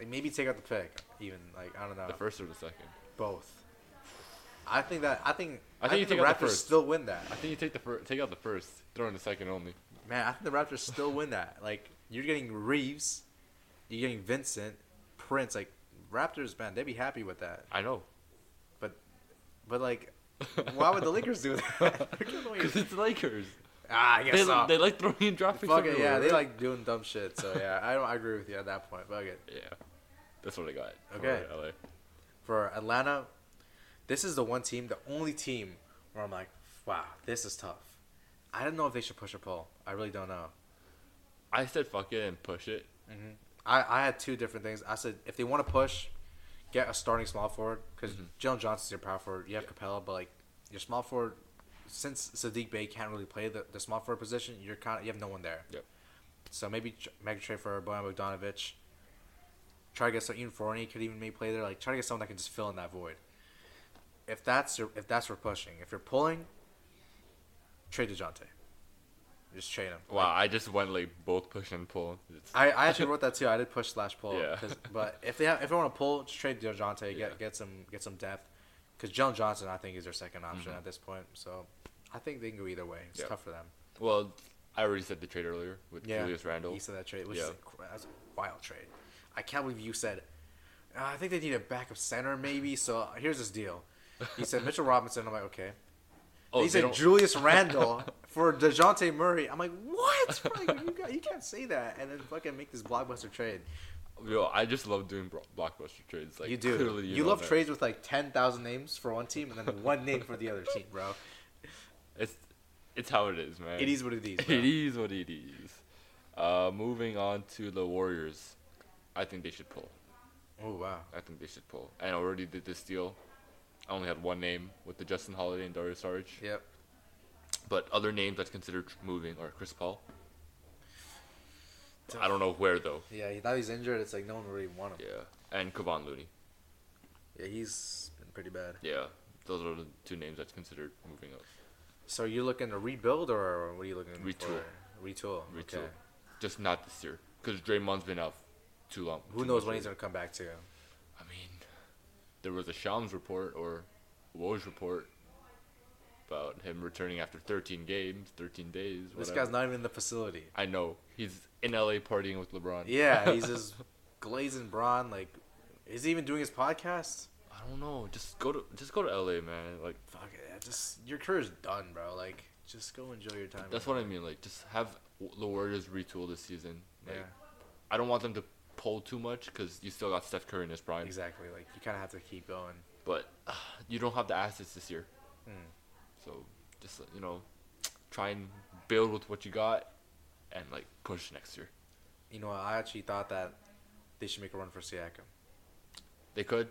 Speaker 2: Like maybe take out the pick, even like I don't know,
Speaker 1: the first or the second.
Speaker 2: both. I think that I think
Speaker 1: I
Speaker 2: I
Speaker 1: think you
Speaker 2: think,
Speaker 1: take
Speaker 2: the
Speaker 1: out the
Speaker 2: Raptors
Speaker 1: first.
Speaker 2: still win that.
Speaker 1: I think you take the fir- take out the first, throw in the second only.
Speaker 2: Man, I think the Raptors still win that. Like you're getting Reeves, you're getting Vincent, Prince. Like Raptors, man, they'd be happy with that.
Speaker 1: I know.
Speaker 2: But but like, why would the Lakers do that? They're giving away-
Speaker 1: Because it's Lakers.
Speaker 2: ah, I guess
Speaker 1: They,
Speaker 2: so.
Speaker 1: they like throwing in draft picks.
Speaker 2: Fuck it, yeah,
Speaker 1: everywhere,
Speaker 2: they
Speaker 1: right?
Speaker 2: like doing dumb shit. So yeah, I don't I agree with you at that point. Fuck it.
Speaker 1: Yeah, that's what I got. for
Speaker 2: Okay.
Speaker 1: LA.
Speaker 2: For Atlanta, this is the one team, the only team where I'm like, wow, this is tough. I don't know if they should push or pull. I really don't know.
Speaker 1: I said fuck it and push it.
Speaker 2: I, I had two different things. I said if they want to push, get a starting small forward because Jalen Johnson's your power forward. You have Capella, but like your small forward, since Sadiq Bay can't really play the, the small forward position, you're kind of you have no one there.
Speaker 1: Yep.
Speaker 2: So maybe tr- make a trade for Bojan Bogdanovic. Try to get some even Forney could even maybe play there. Like try to get someone that can just fill in that void. If that's your, if that's for pushing, if you're pulling, trade Dejounte. Just trade him.
Speaker 1: Wow, I just went like both push and pull. It's-
Speaker 2: I, I actually wrote that too. I did push slash pull.
Speaker 1: Yeah.
Speaker 2: 'cause- But if they have, if they want to pull, just trade Dejounte. Get
Speaker 1: Yeah.
Speaker 2: get some get some depth. Because Jalen Johnson, I think, is their second option
Speaker 1: Mm-hmm.
Speaker 2: at this point. So I think they can go either way. It's
Speaker 1: Yeah.
Speaker 2: tough for them.
Speaker 1: well, I already said the trade earlier with Julius Randle.
Speaker 2: He said that trade, which
Speaker 1: Yeah.
Speaker 2: is a, that's a wild trade. I can't believe you said. "Uh, I think they need a backup center, maybe. So uh, here's this deal. He said Mitchell Robinson. I'm like, okay.
Speaker 1: Oh,
Speaker 2: he
Speaker 1: they
Speaker 2: said
Speaker 1: don't-
Speaker 2: Julius Randle for Dejounte Murray. I'm like, what? Like, you, got, you can't say that and then fucking make this blockbuster trade.
Speaker 1: Yo, I just love doing bro- blockbuster trades. Like
Speaker 2: you do.
Speaker 1: Clearly
Speaker 2: you
Speaker 1: know
Speaker 2: love
Speaker 1: that.
Speaker 2: trades with like ten thousand names for one team and then one name for the other team, bro.
Speaker 1: It's it's how it is, man.
Speaker 2: It is what it is. Bro.
Speaker 1: It is what it is. Uh, moving on to the Warriors. I think they should pull.
Speaker 2: Oh wow.
Speaker 1: I think they should pull. And I already did this deal. I only had one name with the Justin Holiday and Darius Sarge.
Speaker 2: Yep.
Speaker 1: But other names I'd consider tr- moving are Chris Paul. I don't know where though.
Speaker 2: Yeah, he- now he's injured. It's like no one really want him.
Speaker 1: Yeah, and Kevon Looney.
Speaker 2: Yeah, he's been pretty bad.
Speaker 1: Yeah, those are the two names I'd considered moving up.
Speaker 2: So you're looking to rebuild, or what are you looking
Speaker 1: Retool.
Speaker 2: for? Retool.
Speaker 1: Retool.
Speaker 2: Okay.
Speaker 1: Just not this year, because Draymond's been out too long.
Speaker 2: Who
Speaker 1: too
Speaker 2: knows
Speaker 1: much
Speaker 2: when he's
Speaker 1: longer.
Speaker 2: gonna come back to?
Speaker 1: I mean, there was a Shams report or Woj report about him returning after 13 games, 13 days.
Speaker 2: This
Speaker 1: whatever.
Speaker 2: guy's not even in the facility.
Speaker 1: I know he's in LA partying with LeBron.
Speaker 2: Yeah, he's just glazing brawn. Like, is he even doing his podcast?
Speaker 1: I don't know. Just go to just go to LA, man. Like
Speaker 2: Fuck it. Just your career's done, bro. Like, just go enjoy your time.
Speaker 1: that's what I mean. Like just have w- the Warriors retool this season. Like,
Speaker 2: Yeah.
Speaker 1: I don't want them to pull too much because you still got Steph Curry in his prime.
Speaker 2: Exactly. Like, you kind of have to keep going.
Speaker 1: But uh, you don't have the assets this year.
Speaker 2: Hmm.
Speaker 1: So just you know, try and build with what you got, and like push next year.
Speaker 2: You know, I actually thought that they should make a run for Siakam.
Speaker 1: They could.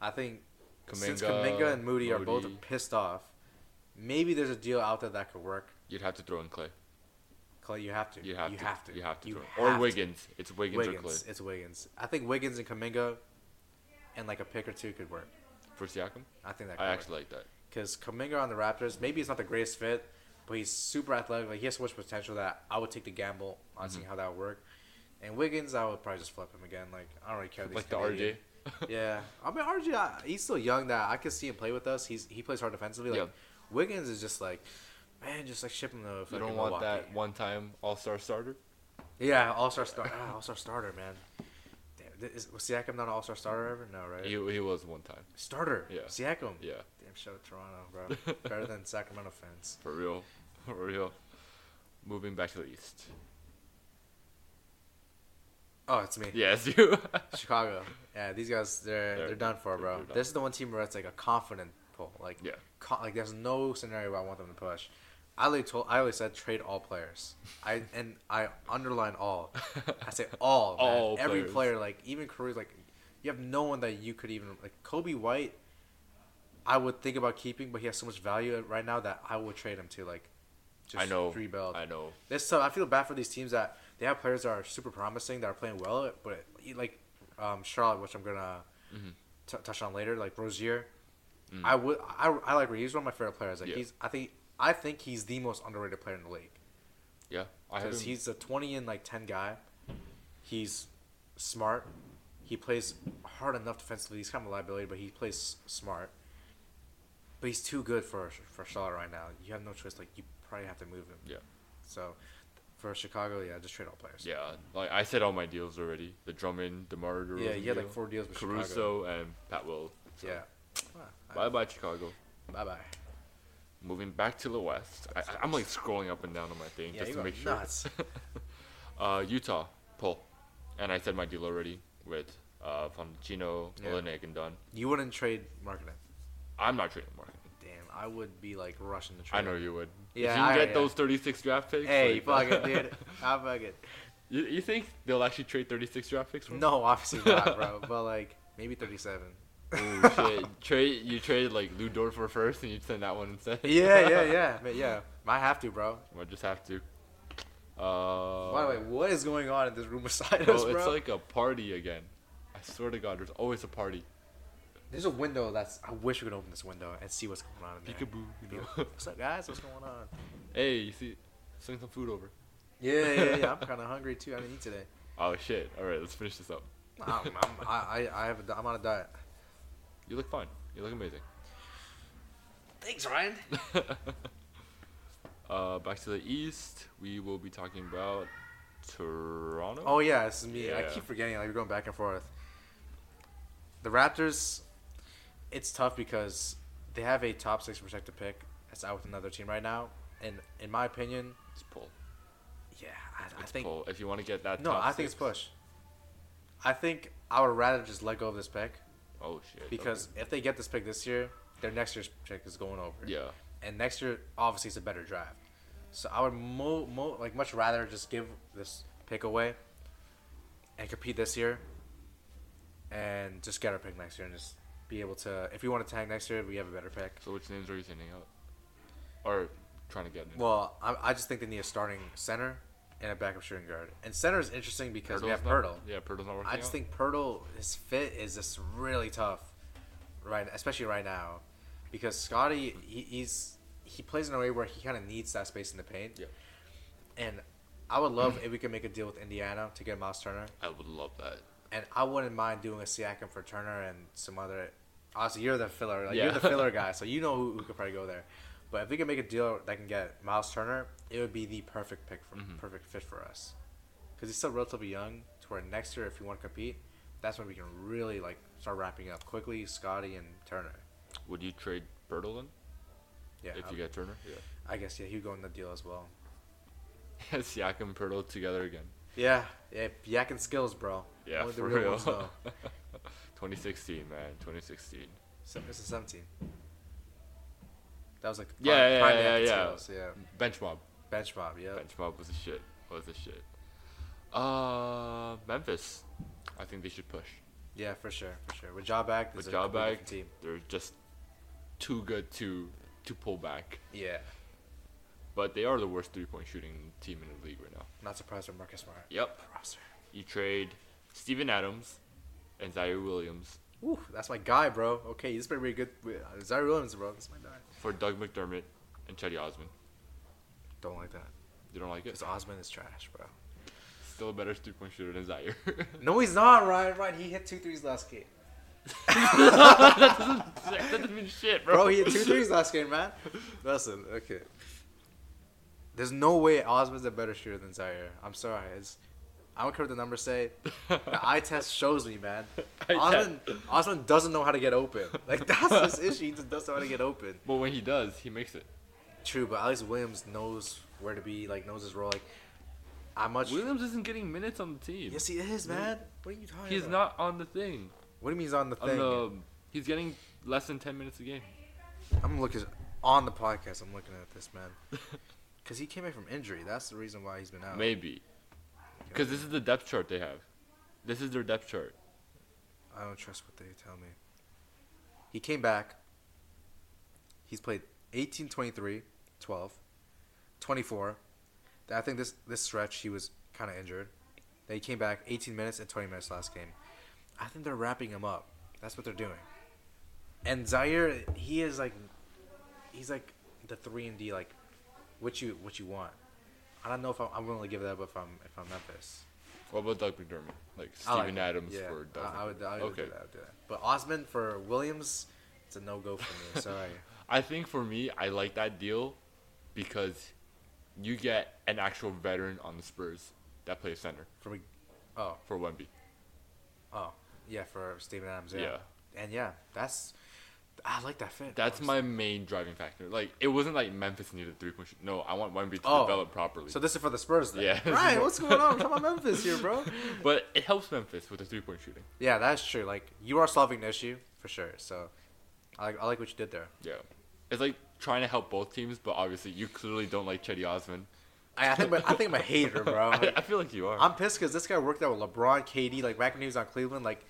Speaker 2: I think since
Speaker 1: Kuminga,
Speaker 2: Kaminga and Moody, are
Speaker 1: Moody.
Speaker 2: both pissed off, maybe there's a deal out there that could work.
Speaker 1: You'd have to throw in Clay.
Speaker 2: Clay, you have to.
Speaker 1: You have
Speaker 2: you
Speaker 1: to.
Speaker 2: Have to.
Speaker 1: You have to.
Speaker 2: You
Speaker 1: throw in-
Speaker 2: have
Speaker 1: or
Speaker 2: to.
Speaker 1: Wiggins. It's Wiggins, or Clay
Speaker 2: Wiggins. It's Wiggins. I think Wiggins and Kaminga, and like a pick or two could work.
Speaker 1: for Siakam.
Speaker 2: I think that. Could
Speaker 1: I actually like that.
Speaker 2: because Kaminga on the Raptors, maybe it's not the greatest fit, but he's super athletic. Like he has so much potential that I would take the gamble on
Speaker 1: Mm-hmm.
Speaker 2: seeing how that would work. And Wiggins, I would probably just flip him again. Like I don't really care.
Speaker 1: Like the RJ.
Speaker 2: RJ. yeah, I mean RJ, I, he's still young. That I could see him play with us. He's he plays hard defensively. Like
Speaker 1: Yeah.
Speaker 2: Wiggins is just like. Man, just like ship him to
Speaker 1: You
Speaker 2: fucking
Speaker 1: don't want
Speaker 2: Milwaukee.
Speaker 1: that one-time All-Star starter.
Speaker 2: Yeah, all star star, ah, all star starter, man. Damn, th- is, was Siakam not an all star starter ever? No, right?
Speaker 1: He, he was one time.
Speaker 2: starter.
Speaker 1: Yeah.
Speaker 2: Siakam.
Speaker 1: Yeah,
Speaker 2: Damn, shout out Toronto, bro. Better than Sacramento fans.
Speaker 1: for real, for real. Moving back to the East.
Speaker 2: Oh, it's me.
Speaker 1: Yes, you.
Speaker 2: Chicago. Yeah, these guys, they're
Speaker 1: They're-
Speaker 2: they're, done for,
Speaker 1: they're-
Speaker 2: bro.
Speaker 1: they're done.
Speaker 2: This is the one team where it's like a confident pull. Like,
Speaker 1: Yeah.
Speaker 2: co- like there's no scenario where I want them to push. I literally told, I always said trade all players. I and I underline all. I say all. man.
Speaker 1: All
Speaker 2: Every
Speaker 1: players.
Speaker 2: player, like even careers, like you have no one that you could even like Kobe White. I would think about keeping, but he has so much value right now that I would trade him to like.
Speaker 1: I know.
Speaker 2: Rebuild.
Speaker 1: I know.
Speaker 2: That's tough. I feel bad for these teams that they have players that are super promising that are playing well, but like um, Charlotte, which I'm gonna t- touch on later, like Rozier. I would I, I like he's one of my favorite players. Like
Speaker 1: Yeah.
Speaker 2: he's I think I think he's the most underrated player in the league
Speaker 1: Yeah, I have.
Speaker 2: because
Speaker 1: Him,
Speaker 2: he's a twenty and like ten guy. He's smart. He plays hard enough defensively. He's kind of a liability, but he plays s- smart. But he's too good for for Charlotte right now. You have no choice. Like you probably have to move him.
Speaker 1: yeah,
Speaker 2: So for Chicago, yeah, just trade all players.
Speaker 1: yeah. Like I said, all my deals already. The Drummond, Demar Derozan.
Speaker 2: Yeah, you had like
Speaker 1: deal,
Speaker 2: four deals with
Speaker 1: Caruso
Speaker 2: Chicago.
Speaker 1: and Pat Will. So,
Speaker 2: Yeah.
Speaker 1: Bye bye Chicago.
Speaker 2: Bye bye.
Speaker 1: Moving back to the West. I, I- I'm like scrolling up and down on my thing
Speaker 2: Yeah,
Speaker 1: just
Speaker 2: you
Speaker 1: to
Speaker 2: are
Speaker 1: make sure.
Speaker 2: nuts.
Speaker 1: Uh, Utah pull, and I said my deal already with uh Fontino,
Speaker 2: Yeah.
Speaker 1: Olenek, and Dunn.
Speaker 2: You wouldn't trade marketing.
Speaker 1: I'm not trading Mark.
Speaker 2: Damn, I would be like rushing to trade.
Speaker 1: I know you would.
Speaker 2: Yeah,
Speaker 1: if you can
Speaker 2: I-
Speaker 1: get
Speaker 2: yeah.
Speaker 1: those 36 draft picks.
Speaker 2: Hey,
Speaker 1: like,
Speaker 2: fuck it, dude. I fuck it.
Speaker 1: You, you think they'll actually trade 36 draft picks? for him?
Speaker 2: No, obviously not, bro. But like maybe thirty-seven.
Speaker 1: Oh shit! Trade you traded like Lou Dort for first, and you send that one instead.
Speaker 2: Yeah, yeah, yeah, but yeah. I have to, bro.
Speaker 1: I just have to. Uh,
Speaker 2: By the way, what is going on in this room beside
Speaker 1: bro,
Speaker 2: us,
Speaker 1: it's
Speaker 2: Oh, bro?
Speaker 1: like a party again. I swear to God, there's always a party.
Speaker 2: There's a window that's. I wish we could open this window and see what's going on in there.
Speaker 1: Peekaboo, you know.
Speaker 2: What's up, guys? What's going on?
Speaker 1: hey, you see, send some food over.
Speaker 2: Yeah, yeah, yeah. I'm kind of hungry too. I didn't eat today.
Speaker 1: Oh shit! All right, let's finish this up.
Speaker 2: I'm, I'm, I, I I have a, di- I'm on a diet.
Speaker 1: You look fine. You look amazing.
Speaker 2: Thanks, Ryan.
Speaker 1: Uh, back to the east, we will be talking about Toronto.
Speaker 2: Oh yeah, this is me. I
Speaker 1: Yeah.
Speaker 2: keep forgetting. Like we're going back and forth. The Raptors, it's tough because they have a top six protected pick that's out with another team right now, and in my opinion,
Speaker 1: it's pull.
Speaker 2: yeah, I, I
Speaker 1: It's
Speaker 2: think
Speaker 1: pull. If you want to get that,
Speaker 2: no,
Speaker 1: top
Speaker 2: I think it's
Speaker 1: six-
Speaker 2: push. I think I would rather just let go of this pick
Speaker 1: Oh shit!
Speaker 2: because if they get this pick this year, their next year's pick is going over.
Speaker 1: okay. yeah,
Speaker 2: and next year obviously it's a better draft. So I would mo, mo like much rather just give this pick away and compete this year and just get our pick next year and just be able to if we want to tank next year we have a better pick.
Speaker 1: So which names are you sending out? Or trying to get? in?
Speaker 2: Well, I, I just think they need a starting center and a backup shooting guard. And center is interesting because we have
Speaker 1: Pirtle's
Speaker 2: Pirtle.
Speaker 1: not- Yeah, Pirtle's not working
Speaker 2: I just
Speaker 1: out.
Speaker 2: think Pirtle, his fit is just really tough, right? Especially right now, because Scotty, he, he's he plays in a way where he kind of needs that space in the paint.
Speaker 1: Yep.
Speaker 2: And I would love if we could make a deal with Indiana to get Miles Turner,
Speaker 1: I would love that.
Speaker 2: and I wouldn't mind doing a Siakam for Turner and some other. Obviously, you're the filler. Like,
Speaker 1: Yeah.
Speaker 2: You're the filler guy, so you know who, who could probably go there. But if we could make a deal that can get Miles Turner, it would be the perfect pick for
Speaker 1: Mhm.
Speaker 2: perfect fit for us, because he's still relatively young. To where next year, if you want to compete, that's when we can really like start wrapping up quickly. Scotty and Turner.
Speaker 1: Would you trade Pirtle then
Speaker 2: Yeah,
Speaker 1: if
Speaker 2: I,
Speaker 1: you get Turner? Yeah.
Speaker 2: I guess yeah, he'd go in the deal as well.
Speaker 1: Siakam and Pirtle together again.
Speaker 2: Yeah, yeah, yak and skills, bro.
Speaker 1: Yeah,
Speaker 2: Only the
Speaker 1: for
Speaker 2: real
Speaker 1: real.
Speaker 2: ones know.
Speaker 1: 2016, man. 2016.
Speaker 2: So, this is seventeen. That was like the
Speaker 1: Yeah, yeah, yeah,
Speaker 2: yak and
Speaker 1: yeah, yeah.
Speaker 2: skills, yeah.
Speaker 1: Bench mob.
Speaker 2: Bench mob, yeah.
Speaker 1: Bench mob was a shit. Was a shit. Uh, Memphis. I think they should push.
Speaker 2: Yeah, for sure, for sure. With job back,
Speaker 1: With
Speaker 2: there's a
Speaker 1: job
Speaker 2: completely
Speaker 1: back,
Speaker 2: different team.
Speaker 1: they're just too good to to pull back.
Speaker 2: Yeah,
Speaker 1: But they are the worst three-point shooting team in the league right now.
Speaker 2: not surprised with Marcus Smart.
Speaker 1: Yep.
Speaker 2: Roster.
Speaker 1: You trade Steven Adams and Zaire Williams
Speaker 2: Woo, that's my guy, bro. Okay, this better be a good. uh, Zaire Williams, bro. That's my guy.
Speaker 1: for Doug McDermott and Chetty Osman.
Speaker 2: Don't like that.
Speaker 1: You don't like it?
Speaker 2: Because Osman is trash, bro.
Speaker 1: Still a better three-point shooter than Zaire.
Speaker 2: No, he's not, Ryan. Ryan, he hit two threes last game.
Speaker 1: that doesn't mean shit, bro.
Speaker 2: Bro, he hit two threes last game, man. Listen, okay. There's no way Osman's a better shooter than Zaire. I'm sorry. It's, I don't care what the numbers say. The eye test shows me, man.
Speaker 1: Eye
Speaker 2: Osman, Osman doesn't know how to get open. Like, that's his issue. He just doesn't know how to get open.
Speaker 1: But when he does, he makes it.
Speaker 2: True, but Alex Williams knows where to be, like knows his role. Like, I much.
Speaker 1: Williams isn't getting minutes on the team.
Speaker 2: Yes, he is, man. What are you talking
Speaker 1: he's
Speaker 2: about?
Speaker 1: not on the thing.
Speaker 2: What do you mean he's on the
Speaker 1: On
Speaker 2: thing?
Speaker 1: the, he's getting less than ten minutes a game.
Speaker 2: I'm looking on the podcast. I'm looking at this man because he came back from injury. That's the reason why he's been out.
Speaker 1: Maybe. Because this is the depth chart they have. This is their depth chart.
Speaker 2: I don't trust what they tell me. He came back. He's played 18, 23, 12, 24. Then I think this, this stretch he was kind of injured. Then he came back 18 minutes and 20 minutes last game. I think they're wrapping him up. That's what they're doing. And Zaire, he is like, he's like the three and D, like what you what you want. I don't know if I'm, I'm willing to give that up if I'm if I'm Memphis.
Speaker 1: What about Doug McDermott? Like
Speaker 2: I
Speaker 1: Steven
Speaker 2: like it.
Speaker 1: Adams
Speaker 2: yeah.
Speaker 1: for Doug.
Speaker 2: I, I would, I would
Speaker 1: okay.
Speaker 2: do that. I would do that. But Osman for Williams, it's a no go for me. Sorry.
Speaker 1: I think for me, I like that deal because you get an actual veteran on the Spurs that plays center
Speaker 2: for me, oh
Speaker 1: for Wemby.
Speaker 2: oh yeah for Steven Adams. Yeah.
Speaker 1: Yeah.
Speaker 2: And yeah, that's I like that fit.
Speaker 1: That's
Speaker 2: honestly.
Speaker 1: my main driving factor. Like it wasn't like Memphis needed three point. No, I want Wemby to
Speaker 2: Oh.
Speaker 1: develop properly.
Speaker 2: So this is for the Spurs then.
Speaker 1: Yeah.
Speaker 2: Right. What's going on? We're talking about Memphis here, bro.
Speaker 1: but it helps Memphis with the three point shooting.
Speaker 2: Yeah, that's true. Like you are solving an issue for sure. So I like I like what you did there.
Speaker 1: Yeah. It's like trying to help both teams, but obviously you clearly don't like Chetty Osman.
Speaker 2: I, I think I'm a- I think I'm a hater, bro.
Speaker 1: I, I feel like you are.
Speaker 2: I'm pissed because this guy worked out with LeBron, KD, like back when he was on Cleveland. Like,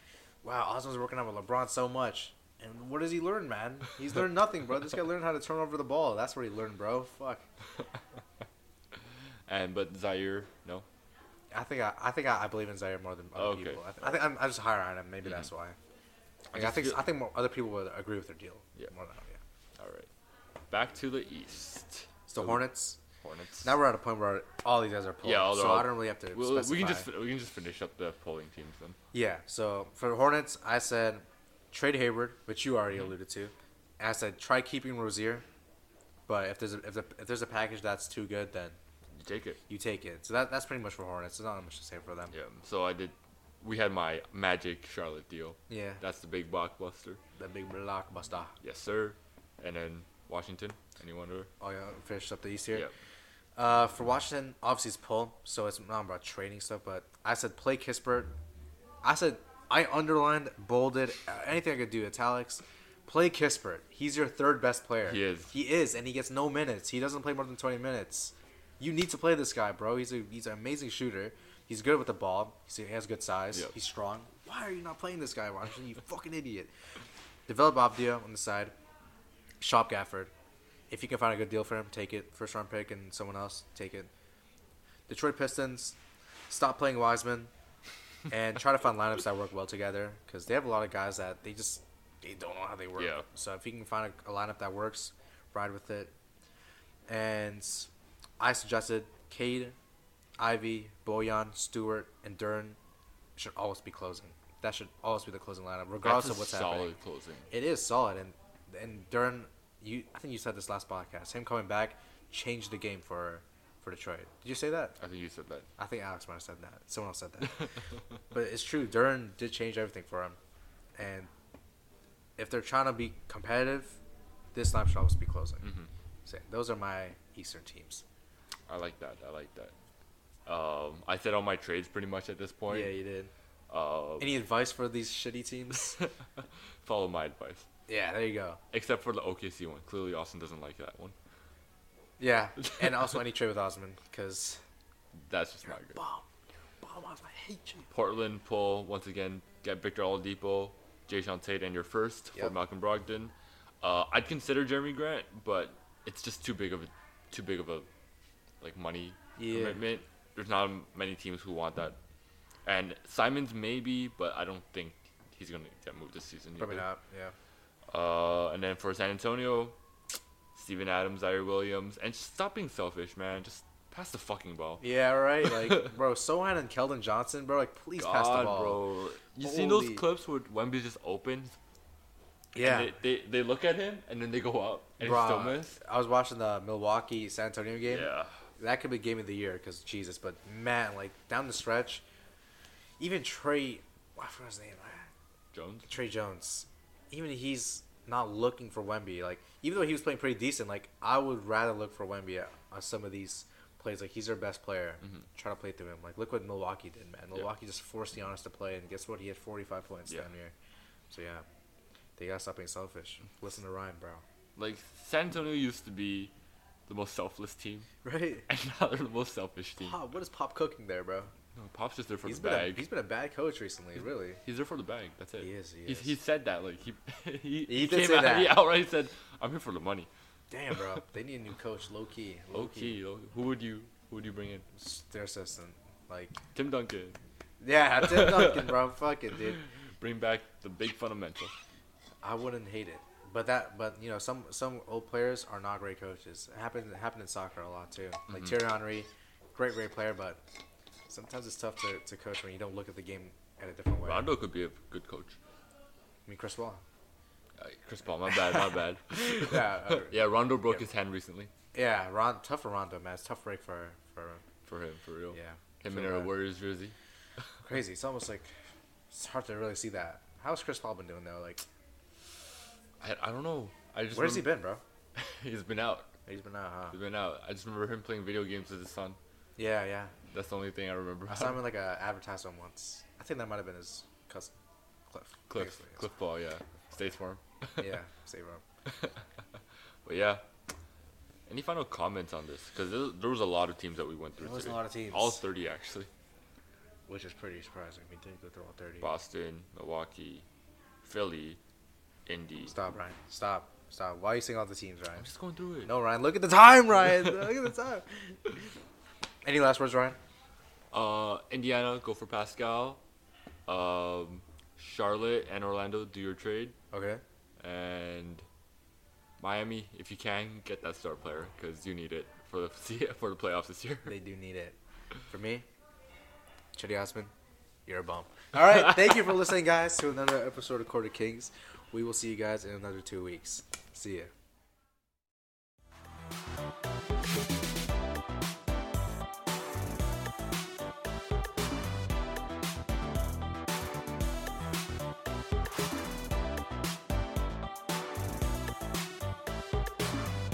Speaker 2: wow, Osmond's working out with LeBron so much. And what does he learn, man? He's learned nothing, bro. This guy learned how to turn over the ball. That's what he learned, bro. Fuck.
Speaker 1: and but Zaire, no.
Speaker 2: I think I, I think I, I believe in Zaire more than other
Speaker 1: Okay. Mm-hmm.
Speaker 2: people. I, th- I think I'm, I'm just higher on him. Maybe that's why. Like, I
Speaker 1: just
Speaker 2: think
Speaker 1: feel-
Speaker 2: I think more, other people would agree with their deal.
Speaker 1: Yeah.
Speaker 2: More than yeah.
Speaker 1: All right. Back to the East.
Speaker 2: So Hornets.
Speaker 1: Hornets.
Speaker 2: Now we're at a point where all these guys are pulled.
Speaker 1: Yeah,
Speaker 2: Yeah,
Speaker 1: all-
Speaker 2: so
Speaker 1: all-
Speaker 2: I don't really have to.
Speaker 1: Well, we can
Speaker 2: specify.
Speaker 1: just fin- we can just finish up the polling teams then.
Speaker 2: Yeah. So for the Hornets, I said trade Hayward, which you
Speaker 1: Mm-hmm.
Speaker 2: already alluded to. And I said try keeping Rozier, but if there's a, if, the, if there's a package that's too good, then
Speaker 1: You take it.
Speaker 2: you take it. So that, that's pretty much for Hornets. There's not much to say for them.
Speaker 1: Yeah. So I did. We had my Magic Charlotte deal.
Speaker 2: Yeah.
Speaker 1: That's the big blockbuster.
Speaker 2: the big blockbuster.
Speaker 1: Yes, sir. And then Washington. Anyone there?
Speaker 2: Oh yeah, finish up the East here.
Speaker 1: Yeah.
Speaker 2: Uh, for Washington, obviously it's pull, so it's not about trading stuff. But I said play Kispert. I said I underlined, bolded, uh, anything I could do. Italics. Play Kispert. He's your third best player.
Speaker 1: He is.
Speaker 2: He is, and he gets no minutes. He doesn't play more than twenty minutes. You need to play this guy, bro. He's a he's an amazing shooter. He's good with the ball. He's, he has good size.
Speaker 1: Yep.
Speaker 2: He's strong. Why are you not playing this guy, Washington? You fucking idiot. Develop Abdia on the side. Shop Gafford. If you can find a good deal for him, take it. First round pick and someone else, take it. Detroit Pistons, stop playing Wiseman, and try to find lineups that work well together because they have a lot of guys that they just they don't know how they work.
Speaker 1: Yeah.
Speaker 2: So if you can find a, a lineup that works, ride with it. And I suggested Cade, Ivy, Bojan, Stewart, and Dern should always be closing. That should always be the closing lineup, regardless
Speaker 1: That's a
Speaker 2: of what's
Speaker 1: solid
Speaker 2: happening.
Speaker 1: closing.
Speaker 2: It is solid, and and Dern, you I think you said this last podcast. Him coming back changed the game for for Detroit. Did you say that?
Speaker 1: I think you said that.
Speaker 2: I think Alex might have said that. Someone else said that, but it's true. Dern did change everything for him, and if they're trying to be competitive, this lineup should always be closing.
Speaker 1: Mhm.
Speaker 2: So those are my Eastern teams.
Speaker 1: I like that. I like that. Um, I said all my trades pretty much at this point.
Speaker 2: Yeah, you did.
Speaker 1: Uh,
Speaker 2: Any advice for these shitty teams?
Speaker 1: follow my advice,
Speaker 2: yeah, there you go.
Speaker 1: except for the OKC one. Clearly, Austin doesn't like that one.
Speaker 2: Yeah, and also any trade with Osman because
Speaker 1: That's just not good.
Speaker 2: bomb, you're a bomb. I hate you.
Speaker 1: Portland pull once again. Get Victor Oladipo, Jason Tate, and your first
Speaker 2: Yep.
Speaker 1: for Malcolm Brogdon. Uh, I'd consider Jeremy Grant, but it's just too big of a too big of a like money
Speaker 2: Yeah.
Speaker 1: commitment. There's not many teams who want that. And Simons maybe, but I don't think he's gonna get moved this season.
Speaker 2: Probably
Speaker 1: either.
Speaker 2: not. Yeah.
Speaker 1: Uh, and then for San Antonio, Steven Adams, Zaire Williams, and just stop being selfish, man. Just pass the fucking ball.
Speaker 2: Yeah. Right. Like, bro, Sohan and Keldon Johnson, bro. Like, please pass the
Speaker 1: God,
Speaker 2: ball.
Speaker 1: bro. You seen those
Speaker 2: Holy-
Speaker 1: clips where Wemby's just open?
Speaker 2: Yeah.
Speaker 1: And they, they they look at him and then they go up and it's still
Speaker 2: Bruh,
Speaker 1: miss.
Speaker 2: I was watching the Milwaukee San Antonio game.
Speaker 1: Yeah.
Speaker 2: That could be game of the year because Jesus, but man, like down the stretch, even Trey, I forgot his name. ah,
Speaker 1: Jones.
Speaker 2: Trey Jones, even he's not looking for Wemby. Like even though he was playing pretty decent, like I would rather look for Wemby at- on some of these plays. Like he's their best player. Try to play through him. Like look what Milwaukee did, man. Milwaukee just forced Giannis to play, and guess what? He had forty five points
Speaker 1: Yeah.
Speaker 2: down here. So yeah, they gotta stop being selfish. Listen to Ryan, bro.
Speaker 1: Like San Antonio used to be the most selfless team,
Speaker 2: Right?
Speaker 1: and now they're the most selfish team.
Speaker 2: Pop, what is Pop cooking there, bro?
Speaker 1: No, Pop's just there for
Speaker 2: He's
Speaker 1: the
Speaker 2: been a,
Speaker 1: bag.
Speaker 2: he's been a bad coach recently, really.
Speaker 1: He's there for the bag. That's it.
Speaker 2: He is, he
Speaker 1: He's-
Speaker 2: is.
Speaker 1: he said that. Like he he,
Speaker 2: He
Speaker 1: he came
Speaker 2: did say
Speaker 1: out. He
Speaker 2: that.
Speaker 1: outright said, "I'm here for the money."
Speaker 2: Damn, bro. they need a new coach, low key.
Speaker 1: Low key, low- who would you who would you bring in?
Speaker 2: Their assistant, like
Speaker 1: Tim Duncan.
Speaker 2: yeah, Tim Duncan, bro. Fuck it, dude.
Speaker 1: Bring back the big fundamental.
Speaker 2: I wouldn't hate it. But that, but you know, some some old players are not great coaches. It happened it happened in soccer a lot too. Like Thierry Henry, great great player, but sometimes it's tough to, to coach when you don't look at the game at a different way. I
Speaker 1: Rondo could be a good coach.
Speaker 2: mean, Chris Paul.
Speaker 1: Uh, Chris Paul, my bad, my bad.
Speaker 2: Yeah, uh,
Speaker 1: yeah, Rondo broke
Speaker 2: Yeah.
Speaker 1: his hand recently.
Speaker 2: yeah. Ron, tough for Rondo, man. It's tough break for for
Speaker 1: For him, for real.
Speaker 2: yeah.
Speaker 1: Him
Speaker 2: for
Speaker 1: in a
Speaker 2: Ron.
Speaker 1: Warriors jersey.
Speaker 2: Crazy. It's almost like it's hard to really see that. How's Chris Paul been doing though? Like,
Speaker 1: I, I don't know. I just
Speaker 2: where's he been, bro?
Speaker 1: he been? He's been out.
Speaker 2: He's been uh, out, huh?
Speaker 1: He's been out. I just remember him playing video games with his son.
Speaker 2: Yeah, yeah.
Speaker 1: That's the only thing I remember.
Speaker 2: I saw him in like a advertisement once. I think that might have been his cousin, Cliff.
Speaker 1: Cliff, Cliff Ball, yeah. Stays for him.
Speaker 2: Yeah, say wrong.
Speaker 1: But yeah. Any final comments on this? Because there, there was a lot of teams that we went through.
Speaker 2: There was a
Speaker 1: today.
Speaker 2: lot of teams.
Speaker 1: All 30 actually.
Speaker 2: Which is pretty surprising. We didn't go through all 30.
Speaker 1: Boston, Milwaukee, Philly, Indy.
Speaker 2: Stop, Ryan. Stop. Stop. Why are you saying all the teams, Ryan?
Speaker 1: I'm just going through it.
Speaker 2: No, Ryan. Look at the time, Ryan. look at the time. Any last words, Ryan?
Speaker 1: Uh, Indiana, go for Pascal. Um, Charlotte and Orlando, do your trade.
Speaker 2: Okay.
Speaker 1: And Miami, if you can, get that star player because you need it for the for the playoffs this year.
Speaker 2: They do need it. For me, Chetty Osman, you're a bum. All right. Thank you for listening, guys, to another episode of Quarter Kings. We will see you guys in another two weeks. See ya.